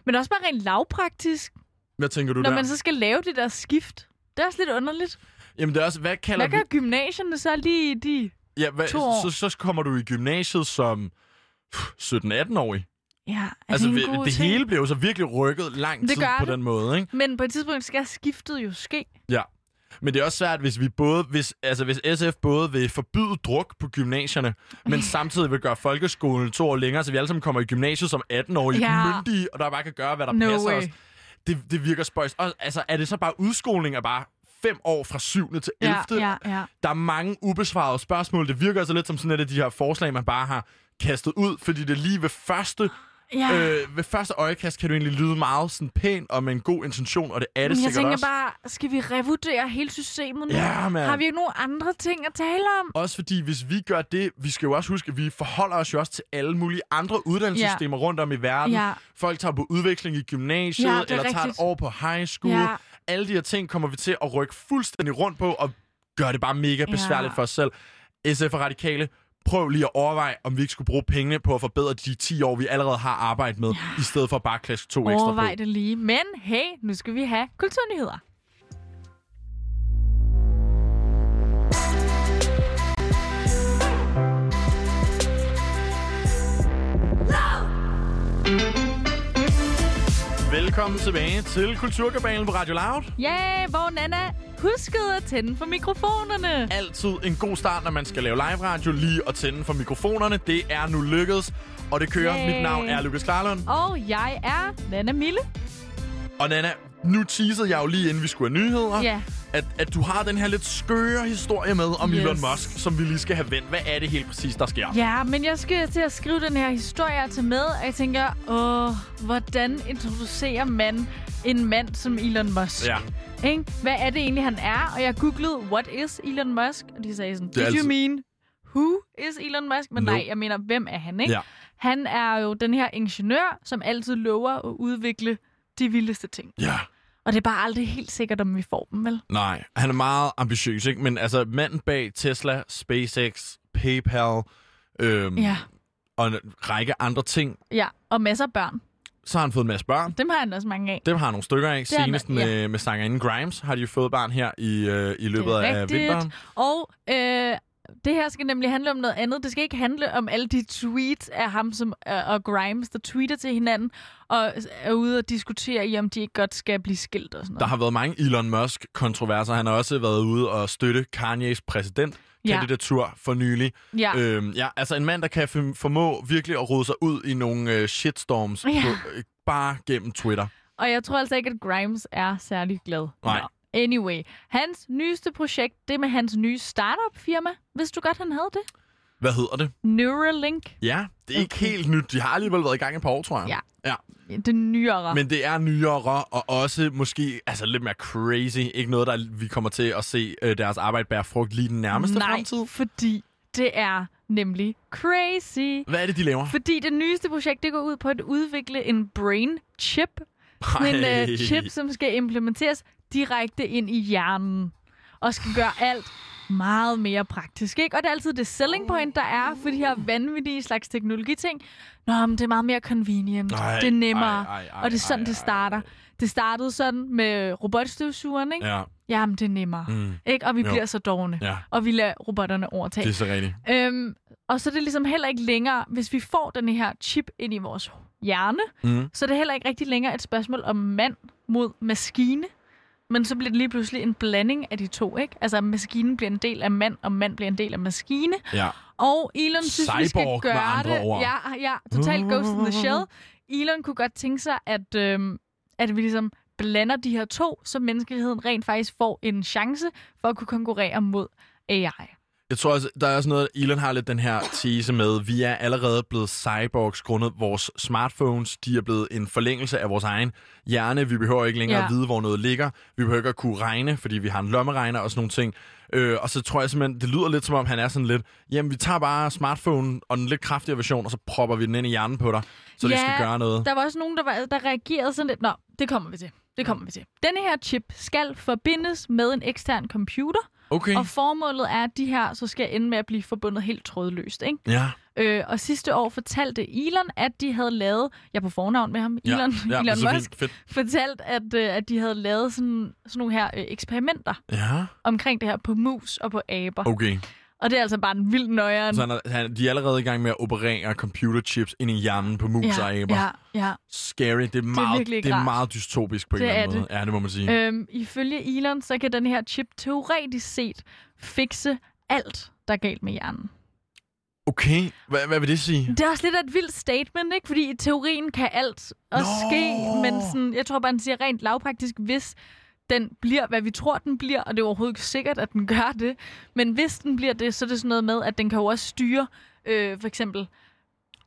Speaker 2: Men også bare rent lavpraktisk,
Speaker 1: Hvad tænker du
Speaker 2: når
Speaker 1: der?
Speaker 2: man så skal lave det der skift. Det er også lidt underligt.
Speaker 1: Jamen, det er også, hvad kalder
Speaker 2: Hvad
Speaker 1: vi...
Speaker 2: gør gymnasierne så lige i de...
Speaker 1: Ja, hvad,
Speaker 2: to år?
Speaker 1: så, så kommer du i gymnasiet som pff, 17-18-årig.
Speaker 2: Ja, er
Speaker 1: Altså,
Speaker 2: det,
Speaker 1: vi-
Speaker 2: en god
Speaker 1: det
Speaker 2: ting?
Speaker 1: hele bliver jo så virkelig rykket lang
Speaker 2: Det
Speaker 1: tid
Speaker 2: gør
Speaker 1: på
Speaker 2: det.
Speaker 1: den måde, ikke?
Speaker 2: Men på et tidspunkt skal skiftet jo ske.
Speaker 1: Ja. Men det er også svært, hvis vi både, hvis, altså hvis SF både vil forbyde druk på gymnasierne, men samtidig vil gøre folkeskolen to år længere, så vi alle sammen kommer i gymnasiet som 18-årige ja.
Speaker 2: Ja.
Speaker 1: myndige, og der bare kan gøre, hvad der
Speaker 2: No
Speaker 1: passer
Speaker 2: way.
Speaker 1: os. Det, det virker spøjst. Og, altså, er det så bare udskoling af bare fem år fra 7. til 11.
Speaker 2: ja, ja.
Speaker 1: Der er mange ubesvarede spørgsmål. Det virker altså lidt som sådan et af de her forslag, man bare har kastet ud, fordi det lige ved første,
Speaker 2: ja.
Speaker 1: øh, ved første øjekast kan du egentlig lyde meget sådan pænt og med en god intention, og det er det
Speaker 2: Men jeg
Speaker 1: sikkert
Speaker 2: tænker
Speaker 1: også.
Speaker 2: bare, skal vi revurdere hele systemet nu?
Speaker 1: Ja, mand.
Speaker 2: Har vi ikke nogen andre ting at tale om?
Speaker 1: Også fordi, hvis vi gør det, vi skal jo også huske, at vi forholder os jo også til alle mulige andre uddannelsessystemer ja. rundt om i verden.
Speaker 2: Ja.
Speaker 1: Folk tager på udveksling i gymnasiet,
Speaker 2: Ja,
Speaker 1: ja,
Speaker 2: det
Speaker 1: eller
Speaker 2: er
Speaker 1: tager et
Speaker 2: rigtigt.
Speaker 1: år på high school. Ja.
Speaker 2: Ja.
Speaker 1: Alle de her ting kommer vi til at rykke fuldstændig rundt på, og gøre det bare mega
Speaker 2: Ja.
Speaker 1: besværligt ja. for os selv. SF og Radikale, prøv lige at overveje, om vi ikke skulle bruge pengene på at forbedre de 10 år, vi allerede har arbejdet med, ja. i stedet for bare at klasse to ekstra på.
Speaker 2: Overvej det lige. Men hey, nu skal vi have kulturnyheder.
Speaker 1: Velkommen tilbage til Kulturkabalen på Radio Loud.
Speaker 2: Ja, hvor Nana huskede at tænde for mikrofonerne.
Speaker 1: altid en god start, når man skal lave live radio, lige at tænde for mikrofonerne. Det er nu lykkedes, og det kører.
Speaker 2: Yay.
Speaker 1: Mit navn er Lukas Klarlund.
Speaker 2: Og jeg er Nana Mille.
Speaker 1: Og Nana, nu teasede jeg jo lige, inden vi skulle have nyheder,
Speaker 2: Ja.
Speaker 1: at, at du har den her lidt skøre historie med om yes.
Speaker 2: Yes.
Speaker 1: Elon Musk, som vi lige skal have vendt. Hvad er det helt præcis, der sker?
Speaker 2: Ja, men jeg skal til at skrive den her historie og tage med, og jeg tænker, åh, hvordan introducerer man en mand som Elon Musk?
Speaker 1: Ja.
Speaker 2: Ikke? Hvad er det egentlig, han er? Og jeg googlede, what is Elon Musk? Og de sagde sådan,
Speaker 1: er altså-
Speaker 2: did you
Speaker 1: altid-
Speaker 2: mean who is Elon Musk? Men
Speaker 1: No.
Speaker 2: nej, jeg mener, hvem er han, ikke?
Speaker 1: Ja.
Speaker 2: Han er jo den her ingeniør, som altid lover at udvikle de vildeste ting.
Speaker 1: ja.
Speaker 2: Og det er bare aldrig helt sikkert, om vi får dem, vel?
Speaker 1: Nej, han er meget ambitiøs, ikke? Men altså, manden bag Tesla, SpaceX, PayPal øhm,
Speaker 2: Ja.
Speaker 1: og en række andre ting,
Speaker 2: Ja, og masser af børn.
Speaker 1: så har han fået en masse børn.
Speaker 2: Dem har han også mange af.
Speaker 1: Dem har nogle stykker af.
Speaker 2: Det har
Speaker 1: Senest
Speaker 2: man-
Speaker 1: med, ja. med sangerinden Grimes har de jo fået barn her i, øh, i løbet
Speaker 2: Det er
Speaker 1: af
Speaker 2: rigtigt.
Speaker 1: vinteren.
Speaker 2: Og øh, det her skal nemlig handle om noget andet. Det skal ikke handle om alle de tweets af ham som, øh, og Grimes, der tweeter til hinanden og er ude og diskutere i, om de ikke godt skal blive skilt og sådan noget.
Speaker 1: Der har været mange Elon Musk-kontroverser. Han har også været ude og støtte Kanye's
Speaker 2: Ja.
Speaker 1: præsidentkandidatur ja. for nylig.
Speaker 2: Ja.
Speaker 1: Øhm, ja, altså en mand, der kan fem- formå virkelig at rode sig ud i nogle øh, shitstorms
Speaker 2: Ja.
Speaker 1: på, øh, bare gennem Twitter.
Speaker 2: Og jeg tror altså ikke, at Grimes er særlig glad.
Speaker 1: Nej.
Speaker 2: Nå. Anyway, hans nyeste projekt, det er med hans nye startup-firma. Vidste du godt, han havde det?
Speaker 1: Hvad hedder det?
Speaker 2: Neuralink.
Speaker 1: Ja, det er ikke
Speaker 2: Okay.
Speaker 1: helt nyt. De har alligevel været i gang i et par år, tror jeg.
Speaker 2: Ja.
Speaker 1: ja.
Speaker 2: Det nyere.
Speaker 1: Men det er nyere og også måske altså lidt mere crazy. Ikke noget, der vi kommer til at se øh, deres arbejde bære frugt lige i den nærmeste
Speaker 2: Nej,
Speaker 1: fremtid.
Speaker 2: fordi det er nemlig crazy.
Speaker 1: Hvad er det, de laver?
Speaker 2: Fordi det nyeste projekt, det går ud på at udvikle en brain chip. Sådan en
Speaker 1: Ej.
Speaker 2: uh, chip, som skal implementeres direkte ind i hjernen. Og skal gøre alt meget mere praktisk. Ikke? Og det er altid det selling point, der er for de her vanvittige slags teknologiting. Nå, men det er meget mere convenient.
Speaker 1: Ej,
Speaker 2: det er nemmere.
Speaker 1: ej, ej, ej,
Speaker 2: og det er sådan,
Speaker 1: ej,
Speaker 2: det
Speaker 1: ej,
Speaker 2: starter. Det startede sådan med robotstøvsugeren, ikke?
Speaker 1: Ja,
Speaker 2: Jamen, det er nemmere.
Speaker 1: Mm.
Speaker 2: Ikke? Og vi
Speaker 1: Jo.
Speaker 2: bliver så dovne.
Speaker 1: ja,
Speaker 2: Og vi lader robotterne overtage.
Speaker 1: det er så rigtigt.
Speaker 2: Øhm, og så er det ligesom heller ikke længere, hvis vi får den her chip ind i vores hjerne,
Speaker 1: Mm.
Speaker 2: så er det heller ikke rigtig længere et spørgsmål om mand mod maskine, men så bliver det lige pludselig en blanding af de to, ikke? Altså, maskinen bliver en del af mand, og mand bliver en del af maskine.
Speaker 1: Ja.
Speaker 2: Og Elon synes, vi skal
Speaker 1: Cyborg, med
Speaker 2: gøre
Speaker 1: andre
Speaker 2: det.
Speaker 1: ord.
Speaker 2: Ja, ja, totalt Ghost in the Shell. Elon kunne godt tænke sig, at, øhm, at vi ligesom blander de her to, så menneskeheden rent faktisk får en chance for at kunne konkurrere mod AI.
Speaker 1: Jeg tror også, der er også noget, Elon har lidt den her tese med, vi er allerede blevet cyborgs grundet vores smartphones. De er blevet en forlængelse af vores egen hjerne. Vi behøver ikke længere
Speaker 2: Ja.
Speaker 1: ja. at vide, hvor noget ligger. Vi behøver ikke at kunne regne, fordi vi har en lommeregner og sådan nogle ting. Øh, og så tror jeg simpelthen, det lyder lidt som om, han er sådan lidt, jamen vi tager bare smartphonen og den lidt kraftigere version, og så propper vi den ind i hjernen på dig, så ja, det skal gøre noget.
Speaker 2: Der var også nogen, der, var, der reagerede sådan lidt, nå, det kommer vi til. Det kommer vi til. Denne her chip skal forbindes med en ekstern computer,
Speaker 1: Okay.
Speaker 2: og formålet er, at de her så skal ende med at blive forbundet helt trådløst. Ikke?
Speaker 1: Ja,
Speaker 2: Øh, og sidste år fortalte Elon, at de havde lavet, jeg er på fornavn med ham,
Speaker 1: ja,
Speaker 2: Elon,
Speaker 1: ja, men
Speaker 2: Elon
Speaker 1: så fint.
Speaker 2: Musk,
Speaker 1: Fedt.
Speaker 2: fortalte, at, øh, at de havde lavet sådan, sådan nogle her øh, eksperimenter
Speaker 1: Ja,
Speaker 2: omkring det her på mus og på aber.
Speaker 1: okay.
Speaker 2: Og det er altså bare en vild nøjeren.
Speaker 1: Oh. Så han er, han, de er allerede i gang med at operere computerchips ind i hjernen på mus og aber.
Speaker 2: ja, ja.
Speaker 1: scary. Det er, meget,
Speaker 2: virkelig
Speaker 1: det er,
Speaker 2: ikke
Speaker 1: det er
Speaker 2: rart.
Speaker 1: meget dystopisk på en
Speaker 2: Det
Speaker 1: eller anden
Speaker 2: er
Speaker 1: måde. Ja, det må man sige. Øh,
Speaker 2: Øhm, ifølge Elon, så kan den her chip teoretisk set fikse alt, der er galt med hjernen.
Speaker 1: okay, hvad, hvad vil det sige?
Speaker 2: Det er også lidt af et vildt statement, ikke? Fordi i teorien kan alt også
Speaker 1: Nå!
Speaker 2: ske, men sådan, jeg tror bare, han siger rent lavpraktisk, hvis den bliver, hvad vi tror, den bliver, og det er overhovedet ikke sikkert, at den gør det, men hvis den bliver det, så er det sådan noget med, at den kan jo også styre, øh, for eksempel,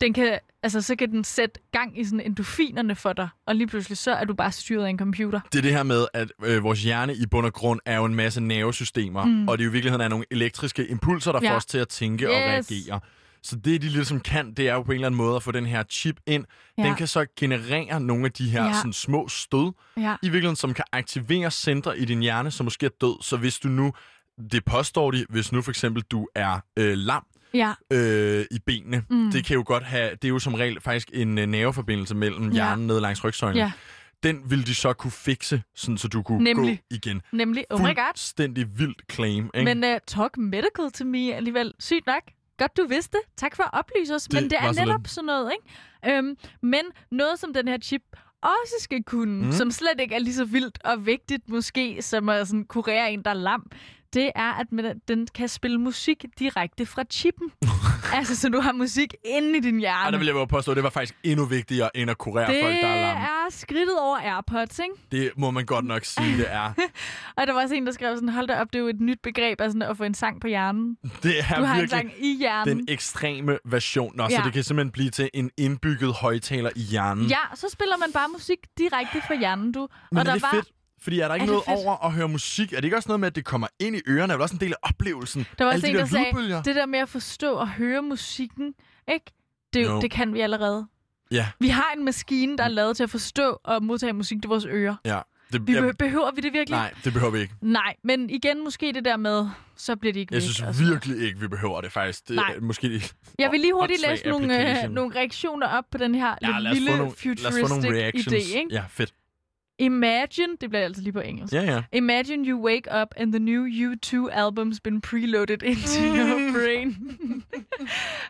Speaker 2: den kan, altså, så kan den sætte gang i sådan endofinerne for dig, og lige pludselig så er du bare styret af en computer.
Speaker 1: Det er det her med, at øh, vores hjerne i bund og grund er jo en masse nervesystemer, mm. og det er jo i virkeligheden er nogle elektriske impulser, der ja.
Speaker 2: Ja.
Speaker 1: får os til at tænke yes. og
Speaker 2: Yes.
Speaker 1: reagere. Så det, de ligesom kan, det er jo på en eller anden måde at få den her chip ind. Ja. Den
Speaker 2: Ja.
Speaker 1: kan så generere nogle af de her ja.
Speaker 2: Ja.
Speaker 1: sådan, små stød,
Speaker 2: Ja.
Speaker 1: i virkeligheden, som kan aktivere centre i din hjerne, som måske er død. Så hvis du nu, det påstår de, hvis nu for eksempel du er øh, lam,
Speaker 2: Ja.
Speaker 1: øh, i benene. Mm. Det kan jo godt have, det er jo som regel faktisk en øh, nerveforbindelse mellem
Speaker 2: Ja.
Speaker 1: hjernen ned langs rygsøjlen.
Speaker 2: Ja.
Speaker 1: Den ville de så kunne fikse, sådan, så du kunne
Speaker 2: Nemlig.
Speaker 1: gå igen.
Speaker 2: Nemlig, oh my god.
Speaker 1: Fuldstændig vildt claim, ikke?
Speaker 2: Men uh, talk medical to me alligevel. Sygt nok. Godt, du vidste. Tak for at oplyse os.
Speaker 1: Det
Speaker 2: men det
Speaker 1: var
Speaker 2: er
Speaker 1: så lidt.
Speaker 2: netop sådan noget, ikke? Øhm, men noget, som den her chip også skal kunne,
Speaker 1: Mm.
Speaker 2: mm. som slet ikke er lige så vildt og vigtigt måske, som at sådan, kurere en, der er lam, det er, at man, den kan spille musik direkte fra chippen. altså, så du har musik inde i din hjerne.
Speaker 1: Ej, der vil jeg bare påstå, at det var faktisk endnu vigtigere, end at kurere
Speaker 2: øhm, det
Speaker 1: folk, der er lamme.
Speaker 2: er skridtet over AirPods, ikke?
Speaker 1: Det må man godt nok sige, det er.
Speaker 2: Og der var også en, der skrev sådan, hold da op, det er jo et nyt begreb altså, at få en sang på hjernen.
Speaker 1: Det er
Speaker 2: Du har en
Speaker 1: virkelig
Speaker 2: sang i hjernen.
Speaker 1: den ekstreme version. Nå, ja. så
Speaker 2: Ja.
Speaker 1: det kan simpelthen blive til en indbygget højtaler i hjernen.
Speaker 2: Ja, så spiller man bare musik direkte fra hjernen, du.
Speaker 1: Mm. Men er det fedt? Fordi er der ikke
Speaker 2: Er
Speaker 1: er
Speaker 2: det
Speaker 1: noget
Speaker 2: fedt?
Speaker 1: over at høre musik? Er det ikke også noget med, at det kommer ind i ørerne? Er det også en del af oplevelsen?
Speaker 2: der var
Speaker 1: Alle
Speaker 2: også
Speaker 1: de
Speaker 2: en, der
Speaker 1: der lydbølger.
Speaker 2: sagde, det der med at forstå og høre musikken, ikke? Det,
Speaker 1: Jo.
Speaker 2: jo. det kan vi allerede.
Speaker 1: Ja.
Speaker 2: Vi har en maskine, der er lavet til at forstå og modtage musik til vores ører.
Speaker 1: Ja. Det,
Speaker 2: Vi
Speaker 1: jeg,
Speaker 2: be- behøver vi det virkelig?
Speaker 1: nej, det behøver vi ikke.
Speaker 2: Nej, men igen måske det der med, så bliver det ikke væk,
Speaker 1: Jeg synes
Speaker 2: og sådan
Speaker 1: virkelig ikke, vi behøver det faktisk. Det,
Speaker 2: Nej.
Speaker 1: er Måske ikke.
Speaker 2: Jeg vil lige hurtigt
Speaker 1: Åndssvag
Speaker 2: læse nogle, øh,
Speaker 1: application.
Speaker 2: nogle reaktioner op på den her
Speaker 1: Ja,
Speaker 2: lidt
Speaker 1: lad os,
Speaker 2: vilde
Speaker 1: få nogle, lad os få nogle
Speaker 2: futuristic
Speaker 1: reactions.
Speaker 2: idé. Ikke?
Speaker 1: Ja, fedt.
Speaker 2: Imagine, det bliver altså lige på engelsk.
Speaker 1: Ja, ja.
Speaker 2: Imagine you wake up and the new U2 album's been preloaded into your brain.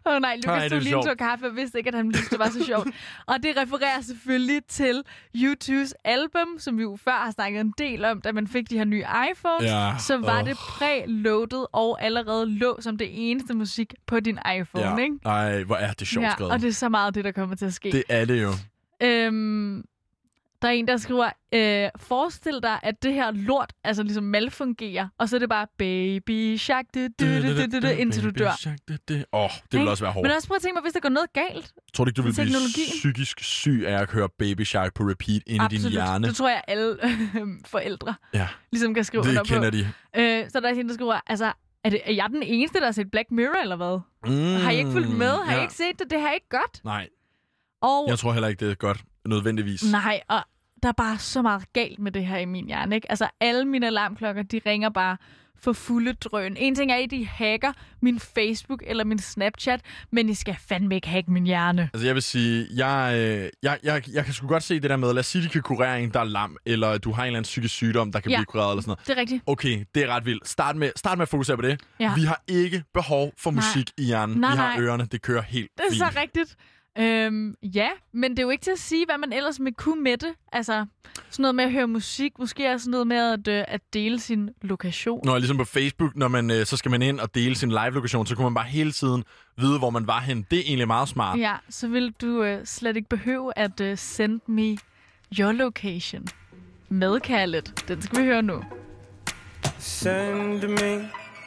Speaker 2: Åh oh, nej, Lukas
Speaker 1: Nej,
Speaker 2: nej,
Speaker 1: det
Speaker 2: tog lige
Speaker 1: er
Speaker 2: en
Speaker 1: sjovt.
Speaker 2: tår kaffe og vidste ikke, at han ville synes, det var så sjovt. og det refererer selvfølgelig til U2's album, som vi jo før har snakket en del om, da man fik de her nye iPhones.
Speaker 1: Ja,
Speaker 2: så var
Speaker 1: åh.
Speaker 2: det preloadet og allerede lå som det eneste musik på din iPhone,
Speaker 1: ja.
Speaker 2: ikke?
Speaker 1: Ej, hvor er det sjovt
Speaker 2: ja,
Speaker 1: skrevet.
Speaker 2: og det er så meget det, der kommer til at ske.
Speaker 1: det er det jo.
Speaker 2: Øhm, Der er en, der skriver, øh, forestil dig, at det her lort altså ligesom malfungerer, og så er det bare baby shark, du, du, du, du, du, du, indtil du dør.
Speaker 1: Åh, oh, det vil
Speaker 2: Ikke?
Speaker 1: også være hårdt.
Speaker 2: Men også prøv at tænke mig, hvis der går noget galt.
Speaker 1: Tror du ikke, du vil blive
Speaker 2: teknologien?
Speaker 1: psykisk syg af at høre Baby Shark på repeat ind i din hjerne?
Speaker 2: Det tror jeg, alle øhm, forældre
Speaker 1: Ja,
Speaker 2: ligesom kan skrive under
Speaker 1: det
Speaker 2: på.
Speaker 1: kender de.
Speaker 2: Øh, så er der er en, der skriver, altså, er, det, er jeg den eneste, der har set Black Mirror, eller hvad?
Speaker 1: Mm,
Speaker 2: Har I ikke fulgt med? Har I
Speaker 1: ja.
Speaker 2: ikke set det? Det har I ikke godt.
Speaker 1: Nej,
Speaker 2: Og
Speaker 1: jeg tror heller ikke, det er godt nødvendigvis.
Speaker 2: nej, og der er bare så meget galt med det her i min hjerne, ikke? Altså, alle mine alarmklokker, de ringer bare for fulde drøn. En ting er, at de hacker min Facebook eller min Snapchat, men I skal fandme ikke hacke min hjerne.
Speaker 1: Altså, jeg vil sige, jeg, øh, jeg, jeg, jeg kan sgu godt se det der med, lad os sige, de kan kurere en, der er lam, eller du har en eller anden psykisk sygdom, der kan
Speaker 2: Ja.
Speaker 1: blive kureret, eller sådan noget.
Speaker 2: Det er rigtigt.
Speaker 1: Okay, det er ret vildt. Start med, start med at fokusere på det.
Speaker 2: Ja.
Speaker 1: Vi har ikke behov for
Speaker 2: Nej.
Speaker 1: musik i hjernen.
Speaker 2: Nej,
Speaker 1: vi har
Speaker 2: nej.
Speaker 1: ørerne, det kører helt
Speaker 2: Det er
Speaker 1: fint.
Speaker 2: så rigtigt. Øhm, ja, men det er jo ikke til at sige, hvad man ellers med kunne med det. Altså, sådan noget med at høre musik, måske også sådan noget med at, øh, at dele sin lokation.
Speaker 1: Når ligesom på Facebook, når man, øh, så skal man ind og dele sin live-lokation, så kunne man bare hele tiden vide, hvor man var hen. Det er egentlig meget smart.
Speaker 2: Ja, så vil du øh, slet ikke behøve at øh, send me your location med Khaled. Den skal vi høre nu.
Speaker 5: Send me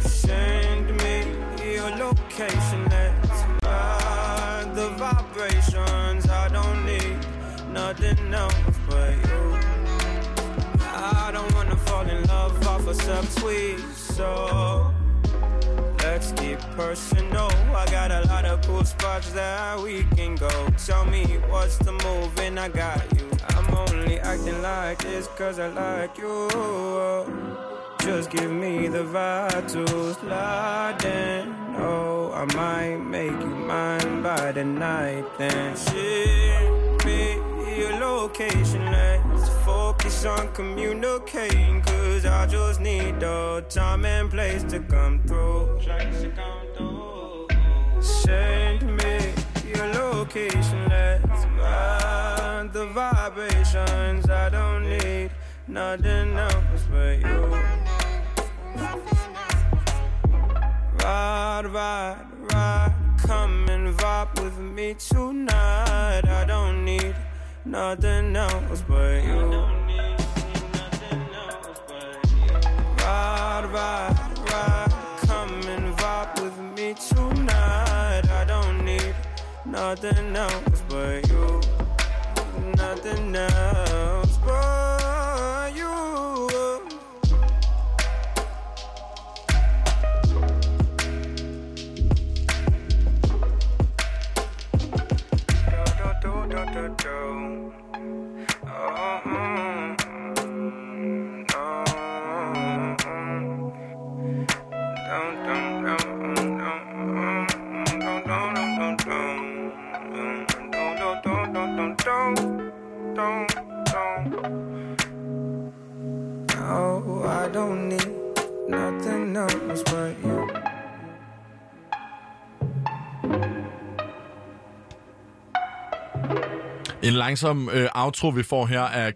Speaker 5: Send me your location, let's ride the vibrations. I don't need nothing else but you. I don't wanna fall in love off a subtweet, so let's get personal. I got a lot of cool spots that we can go. Tell me what's the move, and I got you. I'm only acting like this cause I like you. Just give me the vibe to slide in. Oh, I might make you mine by the night then. Share me your location. Let's focus on communicating. Cause I just need the time and place to come through. Send me your location. Let's ride the vibrations. I don't need nothing else but you. Ride, ride, ride. Come and vibe with me tonight. I don't need nothing else but you. Ride, ride, ride. Come and vibe with me tonight. I don't need nothing else but you. Nothing else but you. Oh, I don't need nothing else but you.
Speaker 1: En langsom øh, outro, vi får her af